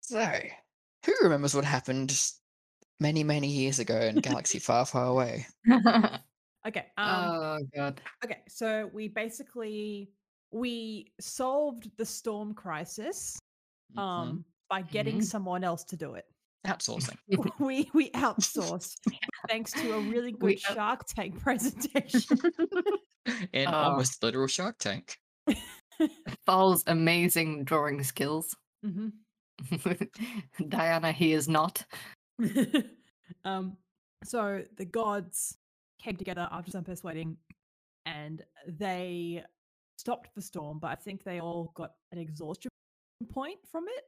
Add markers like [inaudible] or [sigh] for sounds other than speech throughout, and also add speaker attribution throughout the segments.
Speaker 1: So, who remembers what happened many, many years ago [laughs] in a galaxy far, far away?
Speaker 2: [laughs] okay. Um.
Speaker 3: oh god.
Speaker 2: Okay. So we basically we solved the storm crisis
Speaker 1: Mm-hmm.
Speaker 3: Mm-hmm.
Speaker 2: um by getting
Speaker 1: Mhm.
Speaker 2: someone else to do it.
Speaker 1: Mhm. Outsourcing.
Speaker 2: [laughs] we
Speaker 3: [laughs]
Speaker 2: we outsourced thanks to a really good
Speaker 3: We out-
Speaker 2: Shark Tank [laughs]
Speaker 3: [laughs]
Speaker 2: presentation.
Speaker 1: [laughs] In Uh.
Speaker 3: Oh.
Speaker 1: almost literal Shark Tank.
Speaker 3: Fowl's amazing drawing skills. [laughs]
Speaker 2: Mhm.
Speaker 3: Diana, he is not.
Speaker 2: [laughs] um, so the gods came together after some persuading, and they stopped the storm. But I think they all got an exhaustion point from it.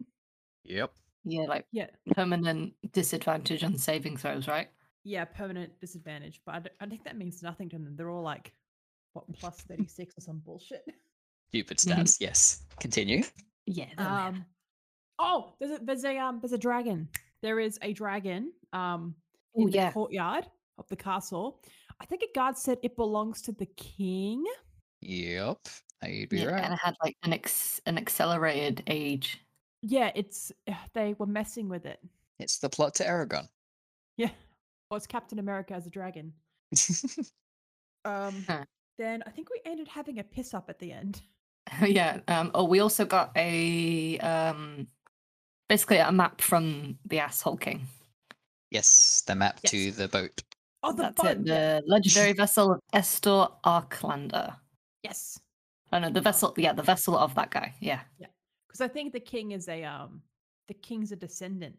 Speaker 4: Yep.
Speaker 3: Yeah, like
Speaker 2: Yeah,
Speaker 3: permanent disadvantage on saving throws, right?
Speaker 2: yeah, permanent disadvantage. But I, don't- I think that means nothing to them. They're all like, what
Speaker 3: [laughs]
Speaker 2: plus thirty six or some bullshit.
Speaker 1: Stupid
Speaker 3: Mhm.
Speaker 1: stats, yes. Continue.
Speaker 3: Yeah. they'll have-
Speaker 2: Um, oh, there's a there's a um there's a dragon. There is a dragon. Um,
Speaker 3: Oh,
Speaker 2: in the
Speaker 3: yeah.
Speaker 2: courtyard of the castle. I think a guard said it belongs to the king.
Speaker 1: Yep. You'd be
Speaker 3: yeah, and
Speaker 1: right.
Speaker 3: it had like an ex- an accelerated age. [laughs]
Speaker 2: Yeah, it's [sighs] ugh, they were messing with it.
Speaker 1: It's the plot to Aragon. [laughs]
Speaker 2: Yeah. Or it's Captain America as a dragon. Um
Speaker 3: Huh.
Speaker 2: then I think we ended having a piss up at the end. [laughs]
Speaker 3: yeah. Um, oh, we also got a um, basically a map from the asshole king.
Speaker 1: yes, the map
Speaker 2: Yes.
Speaker 1: to the boat.
Speaker 2: Oh the
Speaker 3: That's it.
Speaker 2: boat, yeah.
Speaker 3: The legendary vessel of Estor Arklander.
Speaker 2: Yes.
Speaker 3: Oh no, the vessel. Yeah, the vessel of that guy. Yeah.
Speaker 2: Because I think the king is a um the king's a descendant.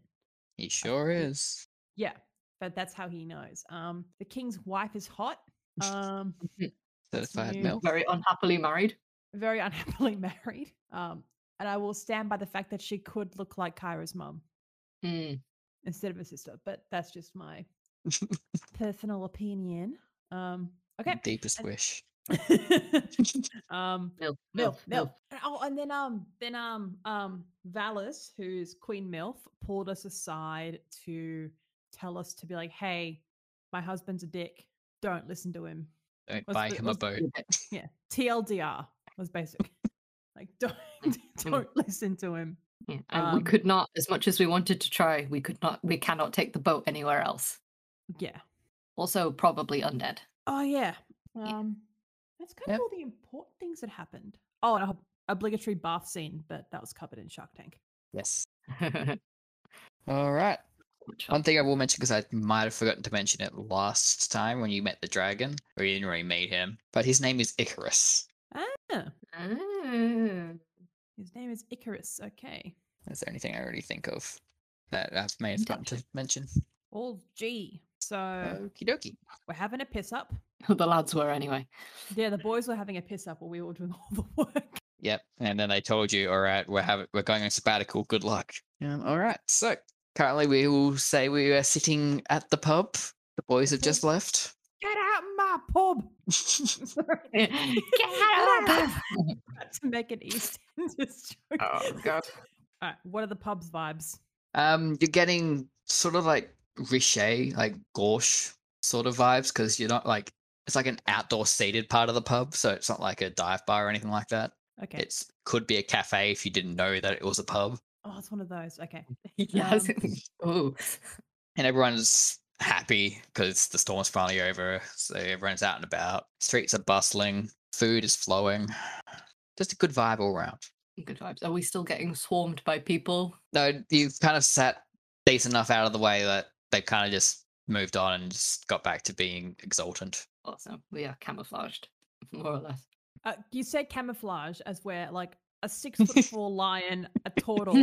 Speaker 1: He sure is.
Speaker 2: Yeah. But that's how he knows. Um the king's wife is hot. [laughs]
Speaker 1: [laughs]
Speaker 2: Um
Speaker 1: Certified
Speaker 2: you.
Speaker 1: milk.
Speaker 3: Very unhappily married.
Speaker 2: very [laughs] unhappily married. Um and I will stand by the fact that she could look like Kyra's mum.
Speaker 3: Mm.
Speaker 2: instead of a sister, but that's just my personal opinion. Um, okay.
Speaker 1: [laughs] Deepest
Speaker 2: and-
Speaker 1: wish.
Speaker 2: [laughs] um,
Speaker 3: Milf,
Speaker 2: Mm. Milf, Milf. And- Oh, and then um, then um, um, Valis, who's Queen Milf, pulled us aside to tell us to be like, "Hey, my husband's a dick. Don't listen to him."
Speaker 1: Don't
Speaker 2: What's
Speaker 1: buy
Speaker 2: the-
Speaker 1: him a
Speaker 2: what's
Speaker 1: boat.
Speaker 2: Yeah, TLDR was basic. like, don't [laughs] don't listen to him.
Speaker 3: Yeah, and we
Speaker 2: Um,
Speaker 3: could not, as much as we wanted to try, we could not. We cannot take the boat anywhere else.
Speaker 2: Yeah.
Speaker 3: Also, probably undead. [laughs]
Speaker 2: Oh yeah. Um, that's kind
Speaker 1: Yep.
Speaker 2: of all the important things that happened. Oh, and a obligatory bath scene, but that was covered in Shark Tank.
Speaker 1: Yes. All right.
Speaker 3: Which
Speaker 1: One thing I will mention because I might have forgotten to mention it last time when you met the dragon, or you didn't really meet him, but his name is Icarus.
Speaker 2: Ah,
Speaker 3: one-
Speaker 2: his name is Icarus. Okay,
Speaker 1: That's the only thing I really think of that I may have forgotten to mention.
Speaker 2: all G. So
Speaker 1: Okie dokie.
Speaker 2: we're having a piss up.
Speaker 3: Ah, the lads were anyway.
Speaker 2: Yeah, the boys were having a piss up while we were doing [laughs] all the work.
Speaker 1: Yep. And then they told you, all right, we're having we're going on sabbatical. Good luck. Um, all right. So currently we will say we are sitting at the pub. The boys have just left.
Speaker 2: Get out my [laughs] pub!
Speaker 1: [laughs]
Speaker 2: Sorry.
Speaker 3: Get out of [laughs]
Speaker 2: [laughs] to make it East just [laughs] joke.
Speaker 3: Oh, God.
Speaker 2: All right, what are the pub's vibes?
Speaker 1: Um, you're getting sort of like riche, like gauche sort of vibes because you're not like it's like an outdoor seated part of the pub, so it's not like a dive bar or anything like that.
Speaker 2: Okay.
Speaker 1: It's could be a cafe if you didn't know that it was a pub,
Speaker 2: oh, it's one of those. Okay.
Speaker 3: [laughs]
Speaker 1: Mm.
Speaker 3: Yes. Oh,
Speaker 1: and everyone's happy because the storm's finally over, so everyone's out and about. Streets are bustling, food is flowing, just a good vibe all round.
Speaker 3: good vibes. Are we still getting swarmed by people?
Speaker 1: No, you've kind of sat decent enough out of the way that they kind of just moved on and just got back to being exultant.
Speaker 3: Awesome. We are camouflaged, more or [laughs] less.
Speaker 2: Uh, you said camouflage as where like a six
Speaker 1: [laughs]
Speaker 2: foot four lion, a turtle,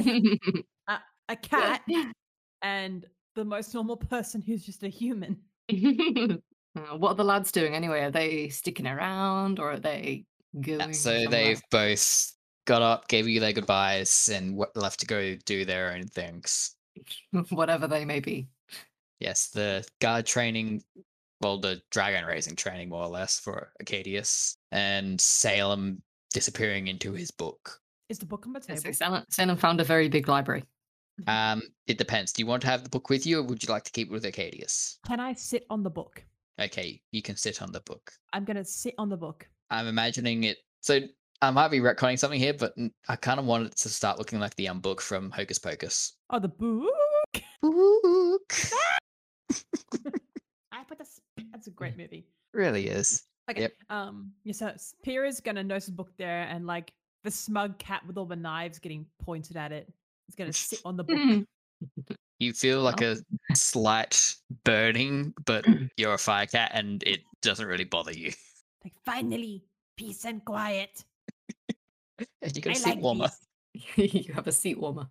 Speaker 2: a
Speaker 3: [laughs]
Speaker 2: cat, and the most normal [laughs] person who's just a human.
Speaker 3: Uh, what are the lads doing anyway? Are they sticking around or are they going?
Speaker 1: Yeah, so
Speaker 3: somewhere?
Speaker 1: they've both got up, gave you their goodbyes, and w- left to go do their own things.
Speaker 3: [laughs] whatever they may be.
Speaker 1: Yes, the guard training, well, the dragon raising training, more or less, for Acadius, and Salem disappearing into his book.
Speaker 2: Is the book on the
Speaker 3: Yeah, So
Speaker 2: table?
Speaker 3: Salem, Salem found a very big [laughs] library.
Speaker 1: Um, it depends. Do you want to have the book with you, or would you like to keep it with Acadius?
Speaker 2: Can I sit on the book?
Speaker 1: Okay, you can sit on the book.
Speaker 2: I'm gonna sit on the book.
Speaker 1: I'm imagining it. So I might be retconning something here, but n- I kind of want it to start looking like the um book from Hocus Pocus.
Speaker 2: Oh, the book.
Speaker 1: Book
Speaker 2: I
Speaker 1: [laughs]
Speaker 2: put this. That's a great movie.
Speaker 1: really is.
Speaker 2: Okay.
Speaker 1: Yep.
Speaker 2: Um. Yeah. So s- Pyrrha's gonna notice the book there, and like the smug cat with all the knives getting pointed at it. It's
Speaker 1: [laughs]
Speaker 2: gonna sit on the book.
Speaker 3: Hmm.
Speaker 1: You feel like
Speaker 3: Oh.
Speaker 1: a slight burning,
Speaker 2: [clears throat]
Speaker 1: but you're a fire cat, and it doesn't really bother you. [laughs]
Speaker 2: Like finally, peace and quiet.
Speaker 1: And you
Speaker 2: I
Speaker 1: got a seat
Speaker 2: like
Speaker 1: warmer.
Speaker 2: peace.
Speaker 3: you have a seat warmer.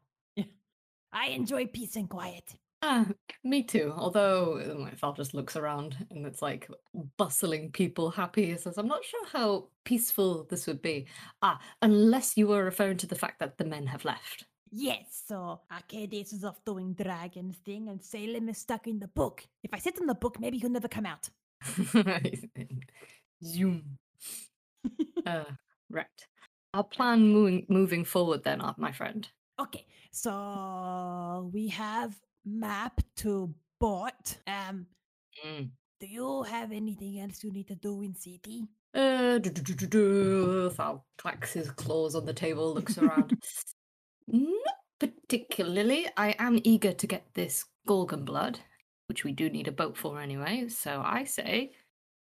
Speaker 2: I enjoy peace and quiet.
Speaker 3: Ah, me too. Although uh, my father just looks around and it's like bustling people happy. He says, I'm not sure how peaceful this would be. Ah, unless you were referring to the fact that the men have left. [laughs]
Speaker 2: Yes, so Arcadius is off doing dragon thing, and Salem is stuck in the book. If I sit in the book, maybe he'll never come out.
Speaker 3: [laughs] Zoom. Uh, right. Our plan moving moving forward then, uh, my friend.
Speaker 2: Okay, so we have map to bot. Um,
Speaker 3: Mm.
Speaker 2: do you have anything else you need to do in city?
Speaker 3: Uh, du- du- du- du- du. Thal clacks his claws on the table, looks around. Not particularly. I am eager to get this Gorgon blood, which we do need a boat for anyway. So I say,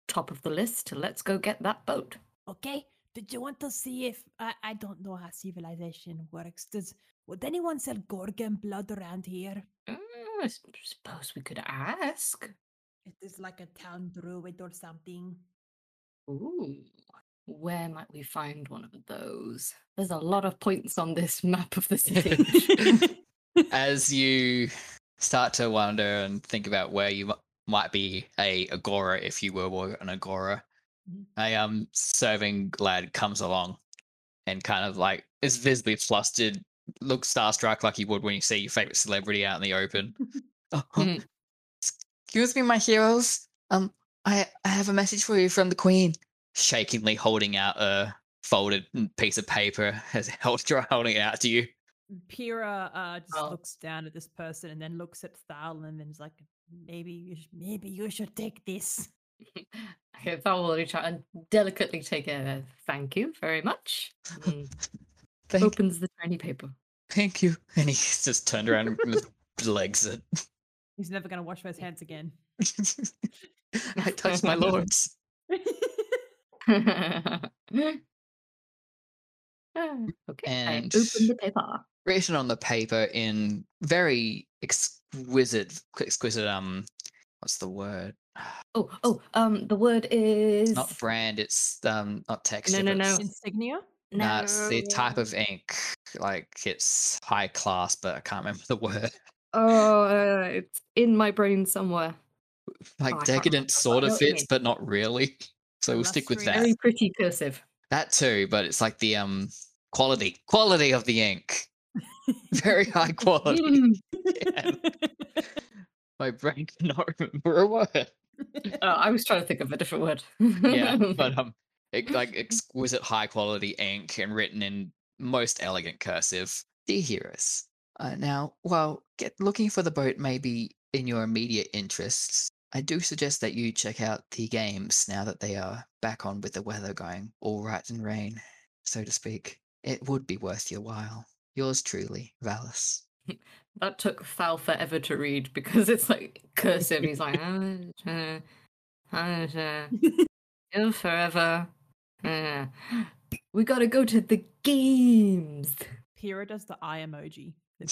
Speaker 3: top of the list, let's go get that boat.
Speaker 2: Okay. Did you want to see if I, I don't know how civilization works? Does would anyone sell Gorgon blood around here?
Speaker 3: Uh, I s- suppose we could ask.
Speaker 2: It is like a town druid or something.
Speaker 3: Ooh, where might we find one of those? There's a lot of points on this [laughs] map of the city. [laughs]
Speaker 1: As you start to wonder and think about where you mi- might be a agora if you were wa- an agora,
Speaker 3: Mhm.
Speaker 1: a um serving lad comes along and kind of like is visibly flustered, looks starstruck like you would when you see your favorite celebrity out in the open. [laughs] Oh,
Speaker 3: Mhm.
Speaker 1: Excuse me, my heroes. Um, I I have a message for you from the queen. Shakingly holding out a folded piece of paper, has [laughs] held holding it out to you.
Speaker 2: Pyrrha uh, just
Speaker 3: Oh.
Speaker 2: looks down at this person and then looks at Thal and then's like, maybe you sh- maybe you should take this.
Speaker 3: Okay, that will reach out and delicately take a thank you very much. and
Speaker 1: [laughs] Thank
Speaker 3: opens the tiny paper. [laughs]
Speaker 1: Thank you. And he [laughs] just turned around and just legs
Speaker 3: [laughs]
Speaker 1: it.
Speaker 2: He's never gonna wash his hands again.
Speaker 1: I touched my lords.
Speaker 3: Ah, okay, Ah, I open
Speaker 1: And-
Speaker 3: the paper.
Speaker 1: Written on the paper in very exquisite, exquisite, um, what's the word?
Speaker 3: Oh, oh, um, the word is
Speaker 1: It's not brand, it's um, not texture.
Speaker 3: no,
Speaker 1: but
Speaker 3: no.
Speaker 1: it's-
Speaker 2: Insignia?
Speaker 1: Nah, it's the type
Speaker 3: No.
Speaker 1: of ink. Like it's high class, but I can't remember the [laughs] word.
Speaker 3: Oh, uh, it's in my brain somewhere.
Speaker 1: Like
Speaker 3: I can't
Speaker 1: decadent
Speaker 3: remember, but I
Speaker 1: sort
Speaker 3: know
Speaker 1: of
Speaker 3: what you
Speaker 1: fits,
Speaker 3: mean.
Speaker 1: but not really. So we'll stick with that.
Speaker 2: Illustrious.
Speaker 3: Very pretty
Speaker 1: [laughs]
Speaker 3: cursive.
Speaker 1: That too, but it's like the um quality, quality of the ink. Very high quality.
Speaker 3: Mm.
Speaker 1: My brain cannot [laughs] remember a word.
Speaker 3: Oh, I was trying to think of a different word. [laughs]
Speaker 1: Yeah, but um, it, like exquisite high quality ink and written in most elegant cursive. Dear heroes, uh, now while get, looking for the boat may be in your immediate interests, I do suggest that you check out the games now that they are back on with the weather going all right and rain, so to speak. It would be worth your while. Yours truly, Valis.
Speaker 3: That took Thal forever to read because it's like cursive.
Speaker 1: [laughs]
Speaker 3: He's like, "Uh, uh, uh, ill forever. Uh,
Speaker 1: Mm.
Speaker 3: we gotta go to the games.
Speaker 2: Pyrrha does the eye emoji. The,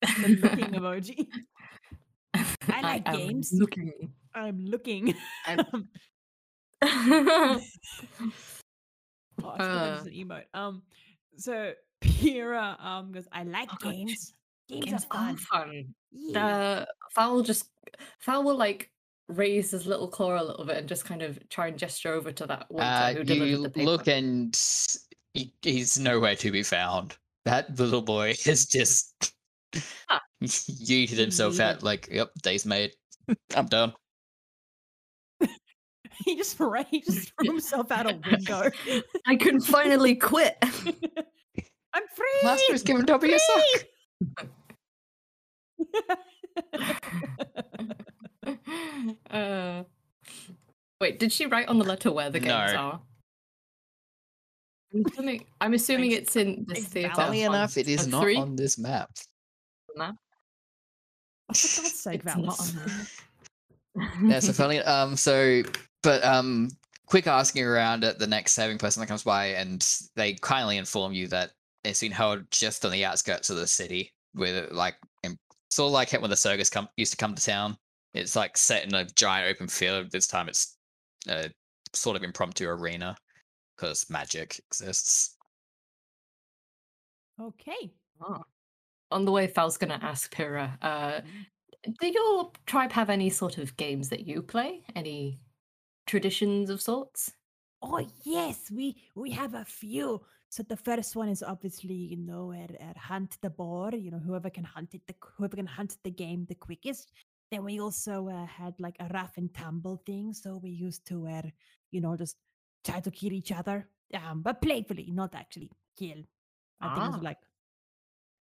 Speaker 2: the
Speaker 3: [laughs]
Speaker 2: looking emoji. I like
Speaker 3: am
Speaker 2: games. [laughs]
Speaker 3: Looking.
Speaker 2: I'm looking. [laughs]
Speaker 3: I'm-
Speaker 2: Um, oh,
Speaker 3: oh,
Speaker 2: I forgot that was
Speaker 3: Uh.
Speaker 2: an emote. Um, so Pyrrha um goes, I like
Speaker 3: Oh, God, she-
Speaker 2: games. Games,
Speaker 3: games
Speaker 2: are fun.
Speaker 3: fun.
Speaker 2: Yeah.
Speaker 3: Uh, Thal just Thal will like raise his little claw a little bit and just kind of try and gesture over to that waiter
Speaker 1: Uh,
Speaker 3: who
Speaker 1: you
Speaker 3: delivered the paper.
Speaker 1: look and he, he's nowhere to be found. That little boy [laughs] has just
Speaker 3: Ah.
Speaker 1: [laughs] yeeted himself out like, yep, day's made.
Speaker 3: Oh.
Speaker 1: I'm done.
Speaker 2: [laughs] he just ra- he just threw himself out
Speaker 1: [laughs]
Speaker 3: [laughs]
Speaker 2: a window. [laughs]
Speaker 3: I can finally quit.
Speaker 2: I'm free.
Speaker 1: Master's given Dobby a sock.
Speaker 3: uh, wait, did she write on the letter where the games
Speaker 1: No.
Speaker 3: are? I'm assuming, I'm assuming
Speaker 2: Thanks.
Speaker 3: it's in this
Speaker 2: Thanks,
Speaker 3: theater.
Speaker 2: Val.
Speaker 1: Funny enough, it is
Speaker 3: a
Speaker 1: not
Speaker 3: three?
Speaker 1: on this map.
Speaker 2: Oh, for
Speaker 3: [laughs]
Speaker 2: God's sake,
Speaker 3: It's not
Speaker 2: Valis. [laughs]
Speaker 3: on [laughs]
Speaker 1: Yeah, so funny. Um, so, but um, quick asking around at the next saving person that comes by, and they kindly inform you that it's been held just on the outskirts of the city, with like in- sort of like it when the circus come used to come to town. It's like set in a giant open field. This time, it's a sort of impromptu arena because magic exists.
Speaker 2: Okay.
Speaker 3: On the way, Fal's gonna ask Pyrrha, uh, do your tribe have any sort of games that you play? Any traditions of sorts?
Speaker 2: Oh yes, we we have a few. So the first one is obviously you know at, at hunt the boar. You know whoever can hunt it, the whoever can hunt the game the quickest. Then we also uh, had like a rough and tumble thing. So we used to uh, you know just try to kill each other, um, but playfully, not actually kill. I think it
Speaker 3: Ah.
Speaker 2: was like.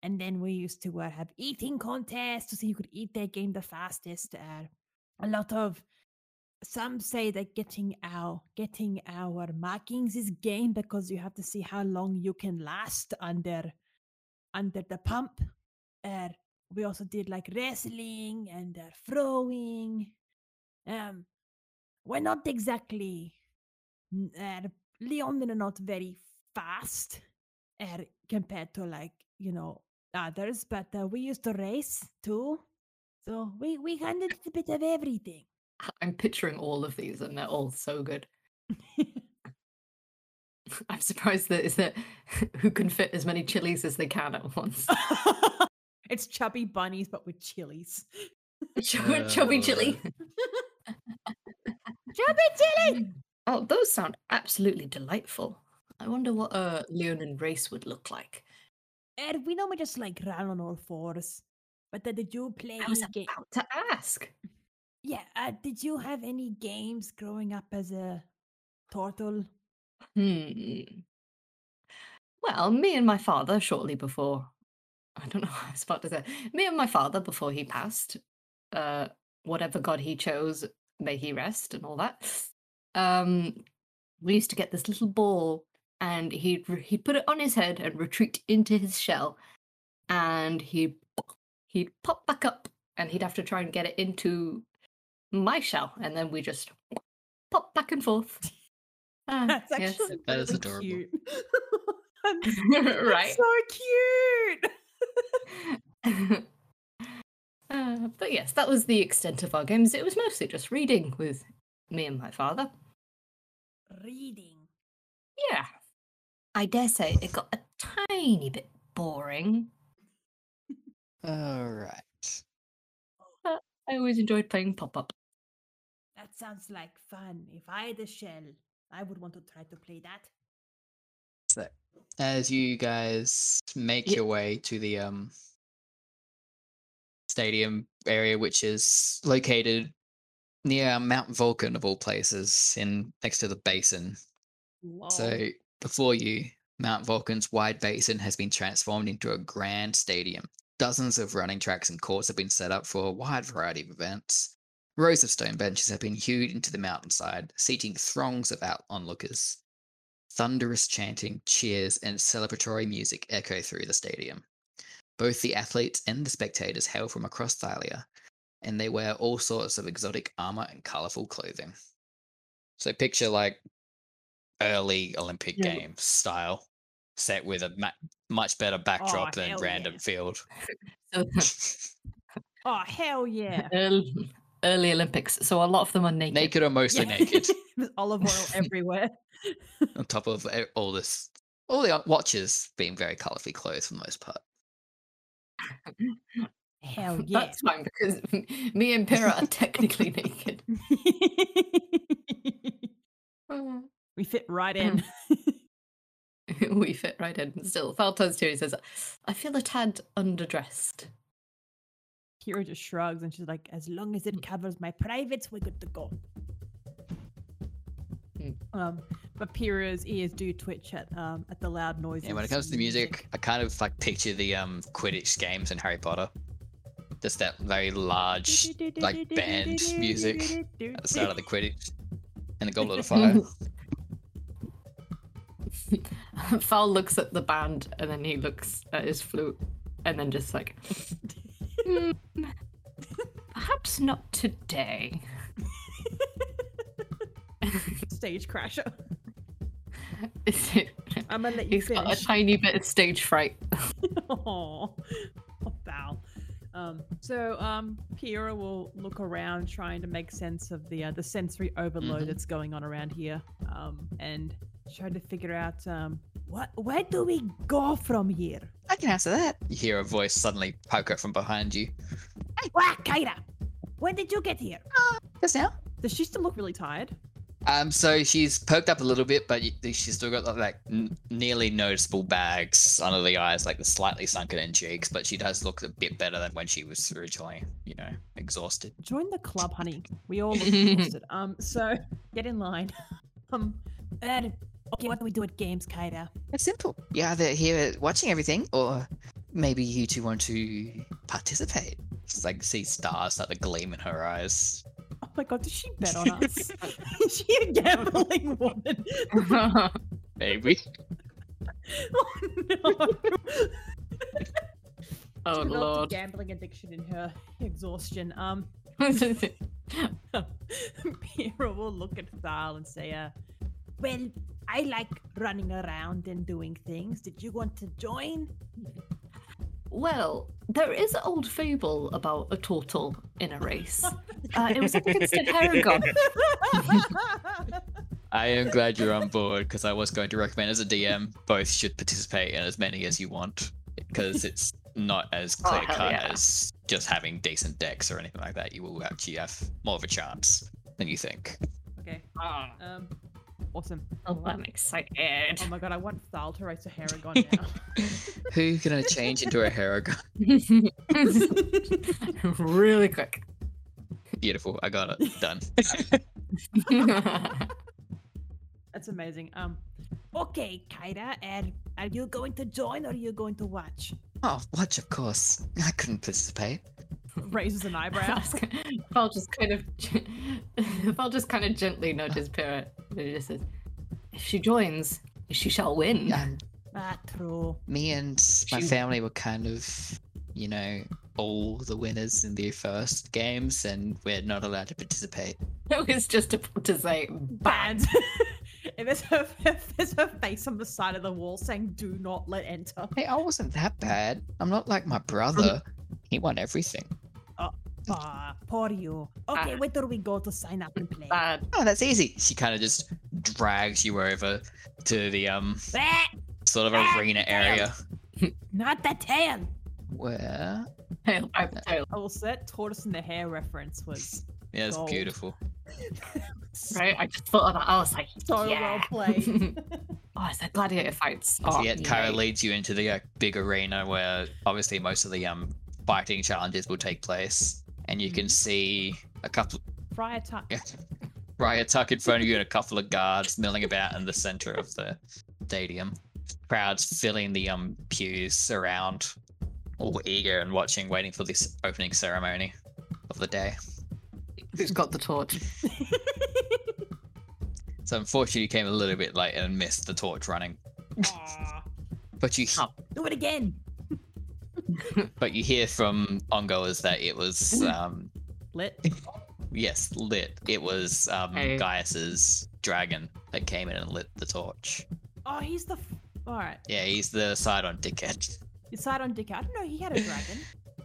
Speaker 2: And then we used to uh, have eating contests to see who could eat their game the fastest. Uh, a lot of some say that getting our getting our markings is game because you have to see how long you can last under under the pump. Uh, we also did like wrestling and uh, throwing. Um, we're not exactly. n- Uh, Leon are not very fast uh, compared to like you know others, but uh, we used to race too, so we we handled a bit of everything.
Speaker 3: I'm picturing all of these, and they're all so good. I'm surprised that is that [laughs] who can fit as many chilies as they can at once.
Speaker 2: [laughs]
Speaker 3: [laughs]
Speaker 2: it's chubby bunnies, but with chilies.
Speaker 3: Chub- Chubby
Speaker 1: Uh,
Speaker 3: chili.
Speaker 2: Chubby [laughs] chili.
Speaker 3: Oh, those sound absolutely delightful. I wonder what a Leon and race would look like.
Speaker 2: And Er, we normally just like run on all fours. But uh, did you play
Speaker 3: I was
Speaker 2: any ga-
Speaker 3: about to ask.
Speaker 2: Yeah, uh, did you have any games growing up as a turtle? [laughs]
Speaker 3: Hmm. Well, me and my father, shortly before, I don't know [laughs] what I was about to say, me and my father, before he passed, uh, whatever god he chose, may he rest and all that. Um, we used to get this little ball, and he'd re- he'd put it on his head and retreat into his shell, and he'd pop- he'd pop back up, and he'd have to try and get it into my shell, and then we just pop back
Speaker 2: [laughs]
Speaker 3: and forth. Ah,
Speaker 2: That's
Speaker 3: yes.
Speaker 2: actually
Speaker 1: That is
Speaker 2: really
Speaker 1: adorable.
Speaker 2: cute. [laughs] That's- that's
Speaker 3: [laughs] right?
Speaker 2: so cute.
Speaker 3: [laughs] Uh, but yes, that was the extent of our games. It was mostly just reading with me and my father.
Speaker 2: Reading.
Speaker 3: Yeah. I dare say it got a tiny bit boring.
Speaker 1: All right.
Speaker 3: I always enjoyed playing pop up.
Speaker 2: That sounds like fun. If I had a shell, I would want to try to play that.
Speaker 1: So, as you guys make
Speaker 3: Ye-
Speaker 1: your way to the um stadium area, which is located near Mount Vulcan of all places, in next to the basin. So before you, Mount Vulcan's wide basin has been transformed into a grand stadium. Dozens of running tracks and courts have been set up for a wide variety of events. Rows of stone benches have been hewed into the mountainside, seating throngs of out- onlookers. Thunderous chanting, cheers, and celebratory music echo through the stadium. Both the athletes and the spectators hail from across Thalia, and they wear all sorts of exotic armor and colorful clothing. So picture like early Olympic
Speaker 3: Yeah.
Speaker 1: game style, set with a ma- much better backdrop than
Speaker 2: hell yeah.
Speaker 1: random field.
Speaker 3: So, [laughs]
Speaker 2: Oh hell yeah.
Speaker 3: earl- early Olympics, so a lot of them are naked.
Speaker 1: naked or mostly
Speaker 2: Yeah. [laughs]
Speaker 1: naked,
Speaker 2: There's olive oil everywhere. [laughs]
Speaker 1: on top of e- all this, all the o- watches being very colorfully clothed for the most part.
Speaker 2: Hell yeah.
Speaker 3: That's fine because me and Pyrrha [laughs] are technically naked. Uh,
Speaker 2: [laughs] we fit right in.
Speaker 3: Mm. [laughs] we fit right in. Still, Val turns to you and says, I feel a tad underdressed.
Speaker 2: Kira just shrugs and she's like, as long as
Speaker 1: Hmm.
Speaker 2: it covers my privates, we're good to go.
Speaker 1: Hmm.
Speaker 3: Mm.
Speaker 2: Um, but Pyrrha's ears do twitch at um at the loud noises.
Speaker 1: And when it comes to the
Speaker 2: and
Speaker 1: music, I kind of like picture the um Quidditch games in Harry Potter. Just that very large like band music at the start of the Quidditch and the Goblet of Fire.
Speaker 3: [laughs] Fowl looks at the band and then he looks at his flute and then just like, [laughs] "Hmm, perhaps not today. [laughs]
Speaker 2: [laughs] Stage crasher.
Speaker 3: Is it?
Speaker 2: I'm gonna let you
Speaker 3: He's got a
Speaker 2: finish.
Speaker 3: tiny bit of stage fright.
Speaker 2: Oh, [laughs] oh bow. Um, so um, Kira will look around, trying to make sense of the uh, the sensory overload
Speaker 1: Mhm.
Speaker 2: that's going on around here, um, and trying to figure out um, what where do we go from here?
Speaker 1: I can answer
Speaker 3: [laughs]
Speaker 1: that. You hear a voice suddenly poke out from behind you.
Speaker 2: Hey, wow, Kira, when did you get here?
Speaker 1: Uh, Just now?
Speaker 2: Does she still look really tired?
Speaker 1: Um, so she's perked up a little bit, but you think she's still got like, like n- nearly noticeable bags under the eyes, like the slightly sunken in cheeks. But she does look a bit better than when she was originally, you know, exhausted.
Speaker 2: Join the club, [laughs] honey. We all look exhausted. Um, so get in line. [laughs] Um, and okay, what do we do at games, Kira?
Speaker 1: It's simple. You're either here watching everything, or maybe you two want to participate. It's like see stars start to gleam in her eyes.
Speaker 2: Oh my god, did she bet on [laughs] us? Is she a [laughs] gambling woman?
Speaker 1: [laughs] Maybe.
Speaker 2: Oh no!
Speaker 3: oh
Speaker 2: Developed a
Speaker 3: lord.
Speaker 2: gambling addiction in her exhaustion. Um, [laughs] Pira will look at Thal and say, uh, "Well, I like running around and doing things. Did you want to join?"
Speaker 3: [laughs] well, there is an old fable about a turtle in a race. Uh, it was up against
Speaker 1: [laughs]
Speaker 3: a paragon.
Speaker 1: I am glad you're on board because I was going to recommend as a DM, both should participate in as many as you want because it's not as
Speaker 3: Oh,
Speaker 1: clear
Speaker 3: hell
Speaker 1: cut
Speaker 3: yeah.
Speaker 1: as just having decent decks or anything like that. You will actually have more of a chance than you think.
Speaker 2: [laughs] okay.
Speaker 3: Ah,
Speaker 2: Um. Awesome.
Speaker 3: oh, I'm excited. [laughs]
Speaker 2: Oh
Speaker 1: [laughs]
Speaker 2: my god, I want Thal to race a Haragon now. [laughs]
Speaker 1: Who can I change into a Haragon?
Speaker 3: really quick.
Speaker 1: [laughs]
Speaker 3: [laughs]
Speaker 1: Beautiful. I got it. Done.
Speaker 2: That's amazing. Um. Okay, Kaida, and are you going to join or are you going to watch?
Speaker 1: Oh, watch, of course. I couldn't participate.
Speaker 2: Raises an eyebrow.
Speaker 3: Perhaps [laughs] Val just kind of Val just kind of [laughs] gently nudges Pyrrha and he just says, "If she joins, she shall win." [laughs]
Speaker 1: Um,
Speaker 2: ah, true.
Speaker 1: me and my
Speaker 3: She-
Speaker 1: family were kind of, you know, all the winners in the first games, and we're not allowed to participate.
Speaker 3: I was just about to say, "Bad."
Speaker 2: [laughs] banned. and there's her, there's her face on the side of the wall saying, "Do not let [laughs] enter."
Speaker 1: Hey, I wasn't that bad. I'm not like my brother. He won everything.
Speaker 2: Ah, poor you. Okay,
Speaker 3: Ah.
Speaker 2: where do we go to sign up and play?
Speaker 3: Bad.
Speaker 1: Oh, that's easy. She kind of just drags you over to the um
Speaker 2: Ah,
Speaker 1: sort of
Speaker 2: Ah,
Speaker 1: arena
Speaker 2: damn.
Speaker 1: area
Speaker 2: not the tail.
Speaker 1: where
Speaker 3: Tail, pipe, tail.
Speaker 2: I will say that tortoise in the hair reference was
Speaker 1: yeah, it's [laughs]
Speaker 2: Gold.
Speaker 1: beautiful.
Speaker 2: so
Speaker 3: Right? I just thought of that. I was like,
Speaker 2: well
Speaker 3: yeah.
Speaker 2: played.
Speaker 3: [laughs] oh, it's like gladiator fights.
Speaker 1: So
Speaker 3: Oh,
Speaker 1: yeah, Kara
Speaker 3: yay.
Speaker 1: leads you into the uh, big arena where obviously most of the um fighting challenges will take place, and you can see a couple
Speaker 2: Friar Tuck.
Speaker 1: yeah, Riot Tuck in front of you and a couple of guards milling about in the center of the stadium. Crowds filling the um pews around, all eager and watching, waiting for this opening ceremony of the day.
Speaker 3: Who's got the torch?
Speaker 1: So unfortunately, you came a little bit late and missed the torch running.
Speaker 2: Ah,
Speaker 1: But you
Speaker 3: Oh.
Speaker 2: do it again.
Speaker 1: but you hear from ongoers that it was um
Speaker 2: Lit.
Speaker 1: yes lit. It was um
Speaker 3: Hey.
Speaker 1: Gaius's dragon that came in and lit the torch.
Speaker 2: Oh, he's the. F- All right,
Speaker 1: Yeah, he's the side on dickhead.
Speaker 2: it's side on Dick. I don't know. He had a dragon.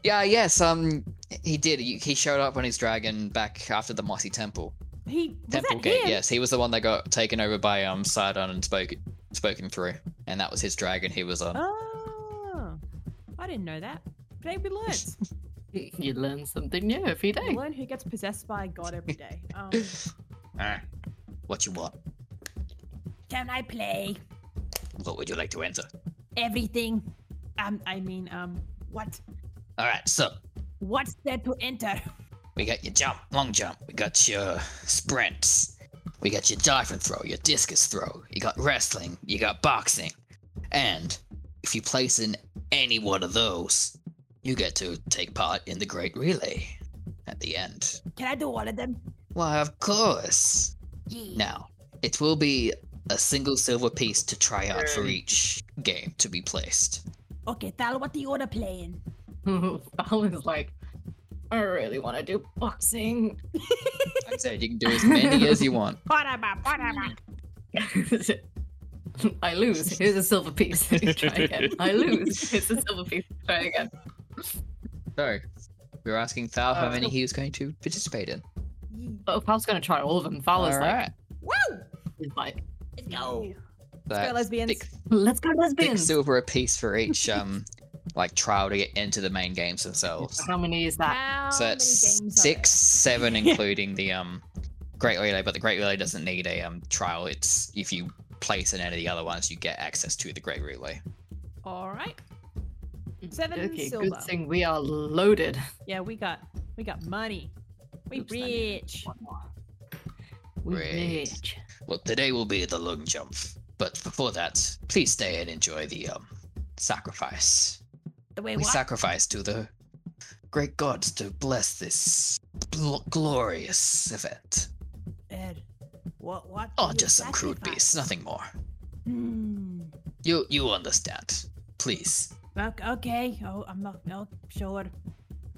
Speaker 1: Yeah, yes, um, he did. He he showed up on his dragon back after the Mossy Temple.
Speaker 2: He was
Speaker 1: Temple
Speaker 2: that
Speaker 1: Gate,
Speaker 2: him?
Speaker 1: yes. He was the one that got taken over by um Sidon and spoken spoken through. And that was his dragon he was um, on.
Speaker 2: Oh, I didn't know that. Today we learned.
Speaker 3: You learn something new every
Speaker 2: You
Speaker 3: day. [laughs]
Speaker 2: learn who gets possessed by a god every
Speaker 1: [laughs]
Speaker 2: day. Um,
Speaker 1: Ah, what you want?
Speaker 2: can I play
Speaker 1: What would you like to enter?
Speaker 2: everything? Um, I mean, um, what?
Speaker 1: Alright, so
Speaker 2: What's there to enter? [laughs]
Speaker 1: we got your jump, long jump, we got your sprints, we got your dive and throw, your discus throw, you got wrestling, you got boxing. And if you place in any one of those, you get to take part in the Great Relay at the end.
Speaker 2: Can I do all of them?
Speaker 1: Why, of course.
Speaker 2: Yeah.
Speaker 1: Now, it will be a single silver piece to try out for each game to be placed.
Speaker 2: Okay, Thal, what do you wanna play in?
Speaker 3: Balin's like, I really want to do boxing.
Speaker 1: Like I said, you can do as
Speaker 3: [laughs]
Speaker 1: many as you want.
Speaker 2: Parama, parama.
Speaker 3: I lose. Here's a silver piece. [laughs] Try again. I lose. Here's a silver piece. Try again.
Speaker 1: So, we were asking Thal how
Speaker 3: Uh,
Speaker 1: many he was going to participate in.
Speaker 3: Oh, Val's gonna try all of them. Val is like,
Speaker 1: Alright.
Speaker 2: Woo!
Speaker 3: is like,
Speaker 2: Let's go. Let's
Speaker 1: That
Speaker 2: go, lesbians.
Speaker 1: thick,
Speaker 3: let's go
Speaker 1: thick
Speaker 3: lesbians.
Speaker 1: silver apiece for each um [laughs] like trial to get into the main games themselves.
Speaker 3: How many is that?
Speaker 2: How
Speaker 1: So that's
Speaker 2: many games are
Speaker 1: six, seven,
Speaker 2: Yeah.
Speaker 1: including the um Great Relay, but the Great Relay doesn't need a um trial. It's if you place in any of the other ones, you get access to the Great Relay.
Speaker 2: there? All right. Seven
Speaker 3: Mm, okay,
Speaker 2: silver.
Speaker 3: good thing we are loaded.
Speaker 2: Yeah, we got we got money. We
Speaker 3: Oops, I needed
Speaker 2: rich.
Speaker 3: one more. We're
Speaker 1: Great.
Speaker 3: rich.
Speaker 1: Well, today will be the lung jump, but before that, please stay and enjoy the um sacrifice.
Speaker 2: The way
Speaker 1: we
Speaker 2: what?
Speaker 1: sacrifice to the great gods to bless this gl- glorious event.
Speaker 2: Ed, what what?
Speaker 1: Oh,
Speaker 2: do you
Speaker 1: just some crude
Speaker 2: sacrifice?
Speaker 1: beasts, nothing more.
Speaker 2: Hmm.
Speaker 1: You you understand. Please.
Speaker 2: Ok- Okay. Oh, I'm not. No, sure.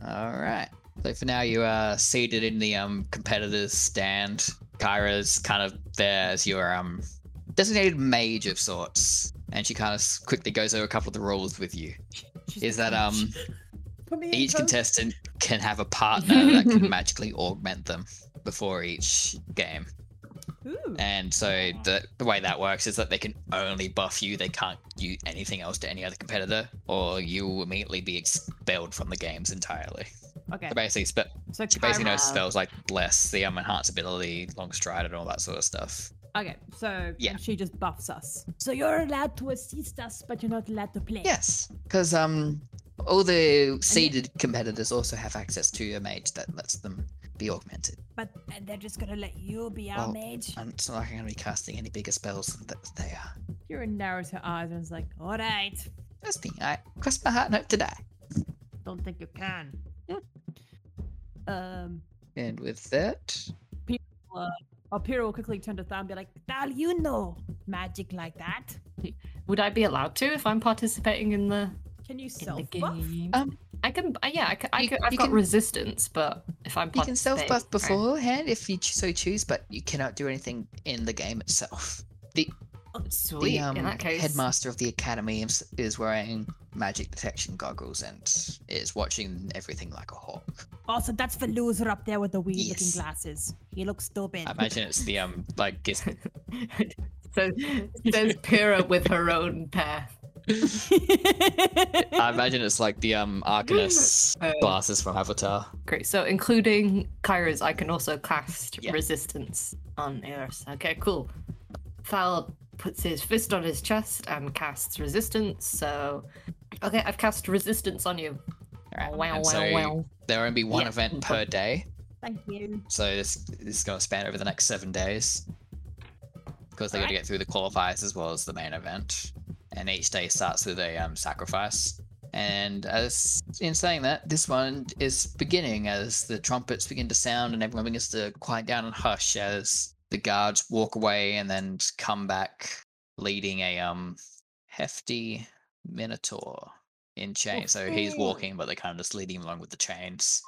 Speaker 1: All right. So for now, you are seated in the um competitors' stand. Kyra's kind of there as your um designated mage of sorts, and she kind of s- quickly goes over a couple of the rules with you.
Speaker 2: She's
Speaker 1: Is
Speaker 2: like,
Speaker 1: that
Speaker 2: "Oh,
Speaker 1: um
Speaker 2: sh- [laughs] put me in
Speaker 1: each
Speaker 2: first."
Speaker 1: contestant can have a partner that can [laughs] magically augment them before each game,
Speaker 2: Ooh.
Speaker 1: and so the the way that works is that they can only buff you. They can't do anything else to any other competitor, or you will immediately be expelled from the games entirely.
Speaker 2: Okay.
Speaker 1: uh, So basically, spe-
Speaker 2: So
Speaker 1: She basically
Speaker 2: Kyra-
Speaker 1: knows spells like bless, the um, enhance ability, long stride, and all that sort of stuff.
Speaker 2: Okay. So
Speaker 1: Yeah.
Speaker 2: she just buffs us. So you're allowed to assist us, but you're not allowed to play.
Speaker 1: Yes, because um, all the seeded competitors also have access to a mage that lets them be augmented.
Speaker 2: But and they're just gonna let you be
Speaker 1: Well, uh,
Speaker 2: mage.
Speaker 1: And it's not like I'm going to be casting any bigger spells than th- they are.
Speaker 2: Kira narrows her eyes and is like, "All right,
Speaker 1: Trust me, I cross my heart and hope to die.
Speaker 2: don't think you can." um.
Speaker 1: And with that,
Speaker 2: Oh, Pyrrha will quickly turn to Thal and be like, Thal, you know magic like that.
Speaker 3: Would I be allowed to if I'm participating in the
Speaker 2: Can you
Speaker 3: in the
Speaker 2: self buff?
Speaker 3: game?
Speaker 1: Um,
Speaker 3: I can. uh, Yeah, I can, I
Speaker 1: you-
Speaker 3: can, I've
Speaker 1: you
Speaker 3: got
Speaker 1: can-
Speaker 3: resistance, but if I'm
Speaker 1: you can self buff
Speaker 3: participating,
Speaker 1: beforehand if you ch- so choose, but you cannot do anything in the game itself.
Speaker 3: I- Sweet.
Speaker 1: the um,
Speaker 3: in that case,
Speaker 1: headmaster of the academy is, is wearing magic detection goggles and is watching everything like a hawk.
Speaker 2: Also, that's for loser up there with the weird
Speaker 1: Yes.
Speaker 2: looking glasses. He looks stupid.
Speaker 1: I
Speaker 2: [laughs]
Speaker 1: imagine it's the um like gives
Speaker 3: [laughs] so says Pyrrha with her own pair.
Speaker 1: I imagine it's like the um Arcanist
Speaker 3: [laughs] Uh,
Speaker 1: glasses from Avatar.
Speaker 3: Great. So including Kyra's, I can also cast
Speaker 1: Yeah.
Speaker 3: resistance on Eris. Okay, cool. Thal puts his fist on his chest and casts resistance. So, okay, I've cast resistance on you.
Speaker 1: Alright,
Speaker 3: Wow,
Speaker 1: and
Speaker 3: wow,
Speaker 1: so
Speaker 3: wow.
Speaker 1: There will only be one
Speaker 3: Yeah.
Speaker 1: event per day,
Speaker 2: Thank you.
Speaker 1: so this this is going to span over the next seven days because they got to
Speaker 2: Alright.
Speaker 1: get through the qualifiers as well as the main event, and each day starts with a um sacrifice. And as in saying that, this one is beginning as the trumpets begin to sound and everyone begins to quiet down and hush as the guards walk away and then come back leading a um hefty minotaur in chains. So he's
Speaker 3: Ooh.
Speaker 1: walking, but they kind of just lead him along with the chains.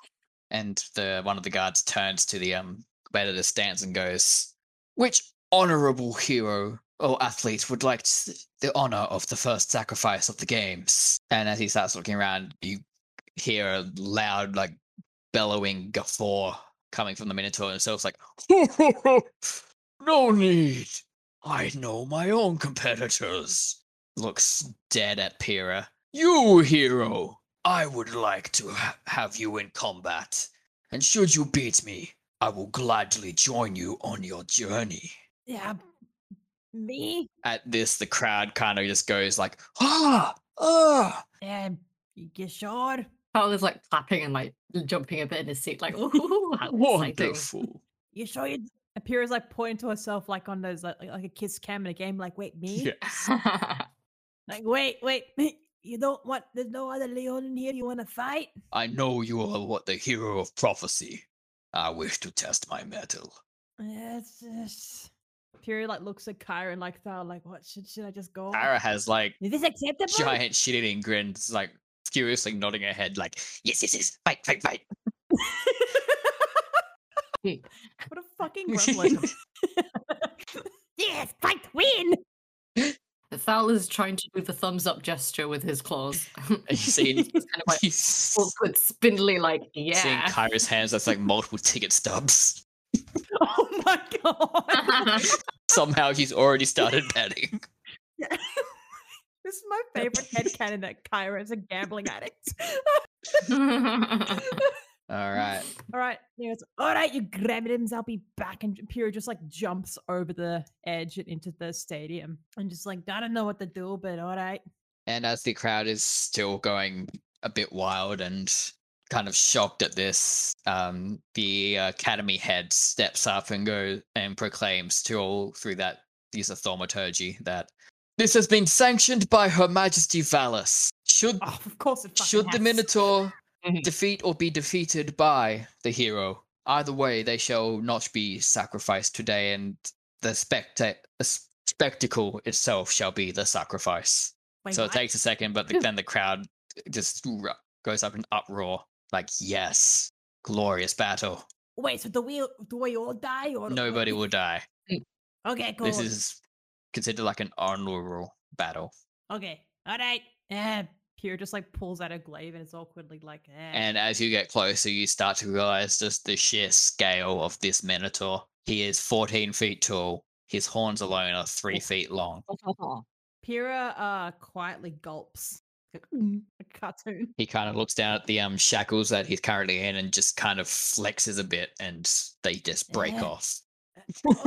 Speaker 1: And the one of the guards turns to the um better to stance and goes, "Which honorable hero or athlete would like to s- the honor of the first sacrifice of the games?" And as he starts looking around, you hear a loud, like bellowing guffaw coming from the minotaur himself. Like, [laughs] no need. I know my own competitors. Looks dead at Pyrrha. You, hero, I would like to ha- have you in combat. And should you beat me, I will gladly join you on your journey.
Speaker 2: Yeah. Me?
Speaker 1: At this, the crowd kind of just goes like, ah, ah.
Speaker 2: Um, you sure?
Speaker 3: Thal is like clapping and like jumping a bit in his seat, like, ooh, how exciting.
Speaker 1: Wonderful.
Speaker 2: You sure you. Appears like pointing to herself, like on those, like, like a kiss cam in a game, like, wait, me?
Speaker 1: [laughs] Yes.
Speaker 2: Like, wait, wait. You don't want. There's no other Leon in here. You want to fight?
Speaker 1: I know you are what the hero of prophecy. I wish to test my mettle.
Speaker 2: Yes, yes. Pyrrha like looks at Kyra and like Thal, like, what should should I just go?
Speaker 1: Kyra has like
Speaker 2: Is this acceptable?
Speaker 1: [laughs] giant shit eating grins, like furiously nodding her head, like, yes, yes, yes, fight, fight,
Speaker 3: [laughs]
Speaker 1: fight.
Speaker 2: [laughs] what a
Speaker 1: [laughs]
Speaker 2: fucking grumbler. yes, fight,
Speaker 1: [laughs]
Speaker 2: win.
Speaker 3: [laughs] Thal is trying to do the thumbs up gesture with his claws. [laughs]
Speaker 1: you seen-
Speaker 3: He's kind of
Speaker 1: [laughs]
Speaker 3: like,
Speaker 1: You've
Speaker 3: awkward, spindly, like,
Speaker 1: Seeing
Speaker 3: yeah.
Speaker 1: Kyra's hands, that's like multiple ticket
Speaker 3: [laughs]
Speaker 1: stubs.
Speaker 2: [laughs] Oh my
Speaker 3: Uh-huh.
Speaker 2: god.
Speaker 1: Somehow he's already started batting.
Speaker 2: [laughs] This is my favorite headcanon that Kyra is a gambling addict. [laughs]
Speaker 1: All right.
Speaker 2: All right, he goes, all right, you gremlins, I'll be back. And Pyrrha just like jumps over the edge and into the stadium and just like, I don't know what to do, but all right. [laughs]
Speaker 1: And as the crowd is still going a bit wild and kind of shocked at this, um, the academy head steps up and goes and proclaims to all through that these are thaumaturgy that this has been sanctioned by Her Majesty Valis. Should
Speaker 2: Oh, of course it fucking
Speaker 1: should the
Speaker 2: has.
Speaker 1: Minotaur
Speaker 3: Mhm.
Speaker 1: defeat or be defeated by the hero, either way, they shall not be sacrificed today, and the specta- the s- spectacle itself shall be the sacrifice.
Speaker 2: Wait,
Speaker 1: so
Speaker 2: what?
Speaker 1: it takes a second, but the, then the crowd just ru- goes up in uproar, like yes, glorious battle.
Speaker 2: Wait, so do we do we all die or
Speaker 1: Nobody
Speaker 2: would.
Speaker 1: will die.
Speaker 2: Okay, cool.
Speaker 1: This is considered like an honorable battle.
Speaker 2: okay. All right. Uh, Pyrrha just like pulls out a glaive and it's awkwardly like, eh.
Speaker 1: And as you get closer, you start to realize just the sheer scale of this Minotaur. He is 14 feet tall. His horns alone are three feet long.
Speaker 2: Pyrrha uh quietly gulps like "Mm,"
Speaker 1: [laughs]
Speaker 2: a cartoon.
Speaker 1: He kind of looks down at the um, shackles that he's currently in and just kind of flexes a bit, and they just break
Speaker 2: Yeah.
Speaker 1: off.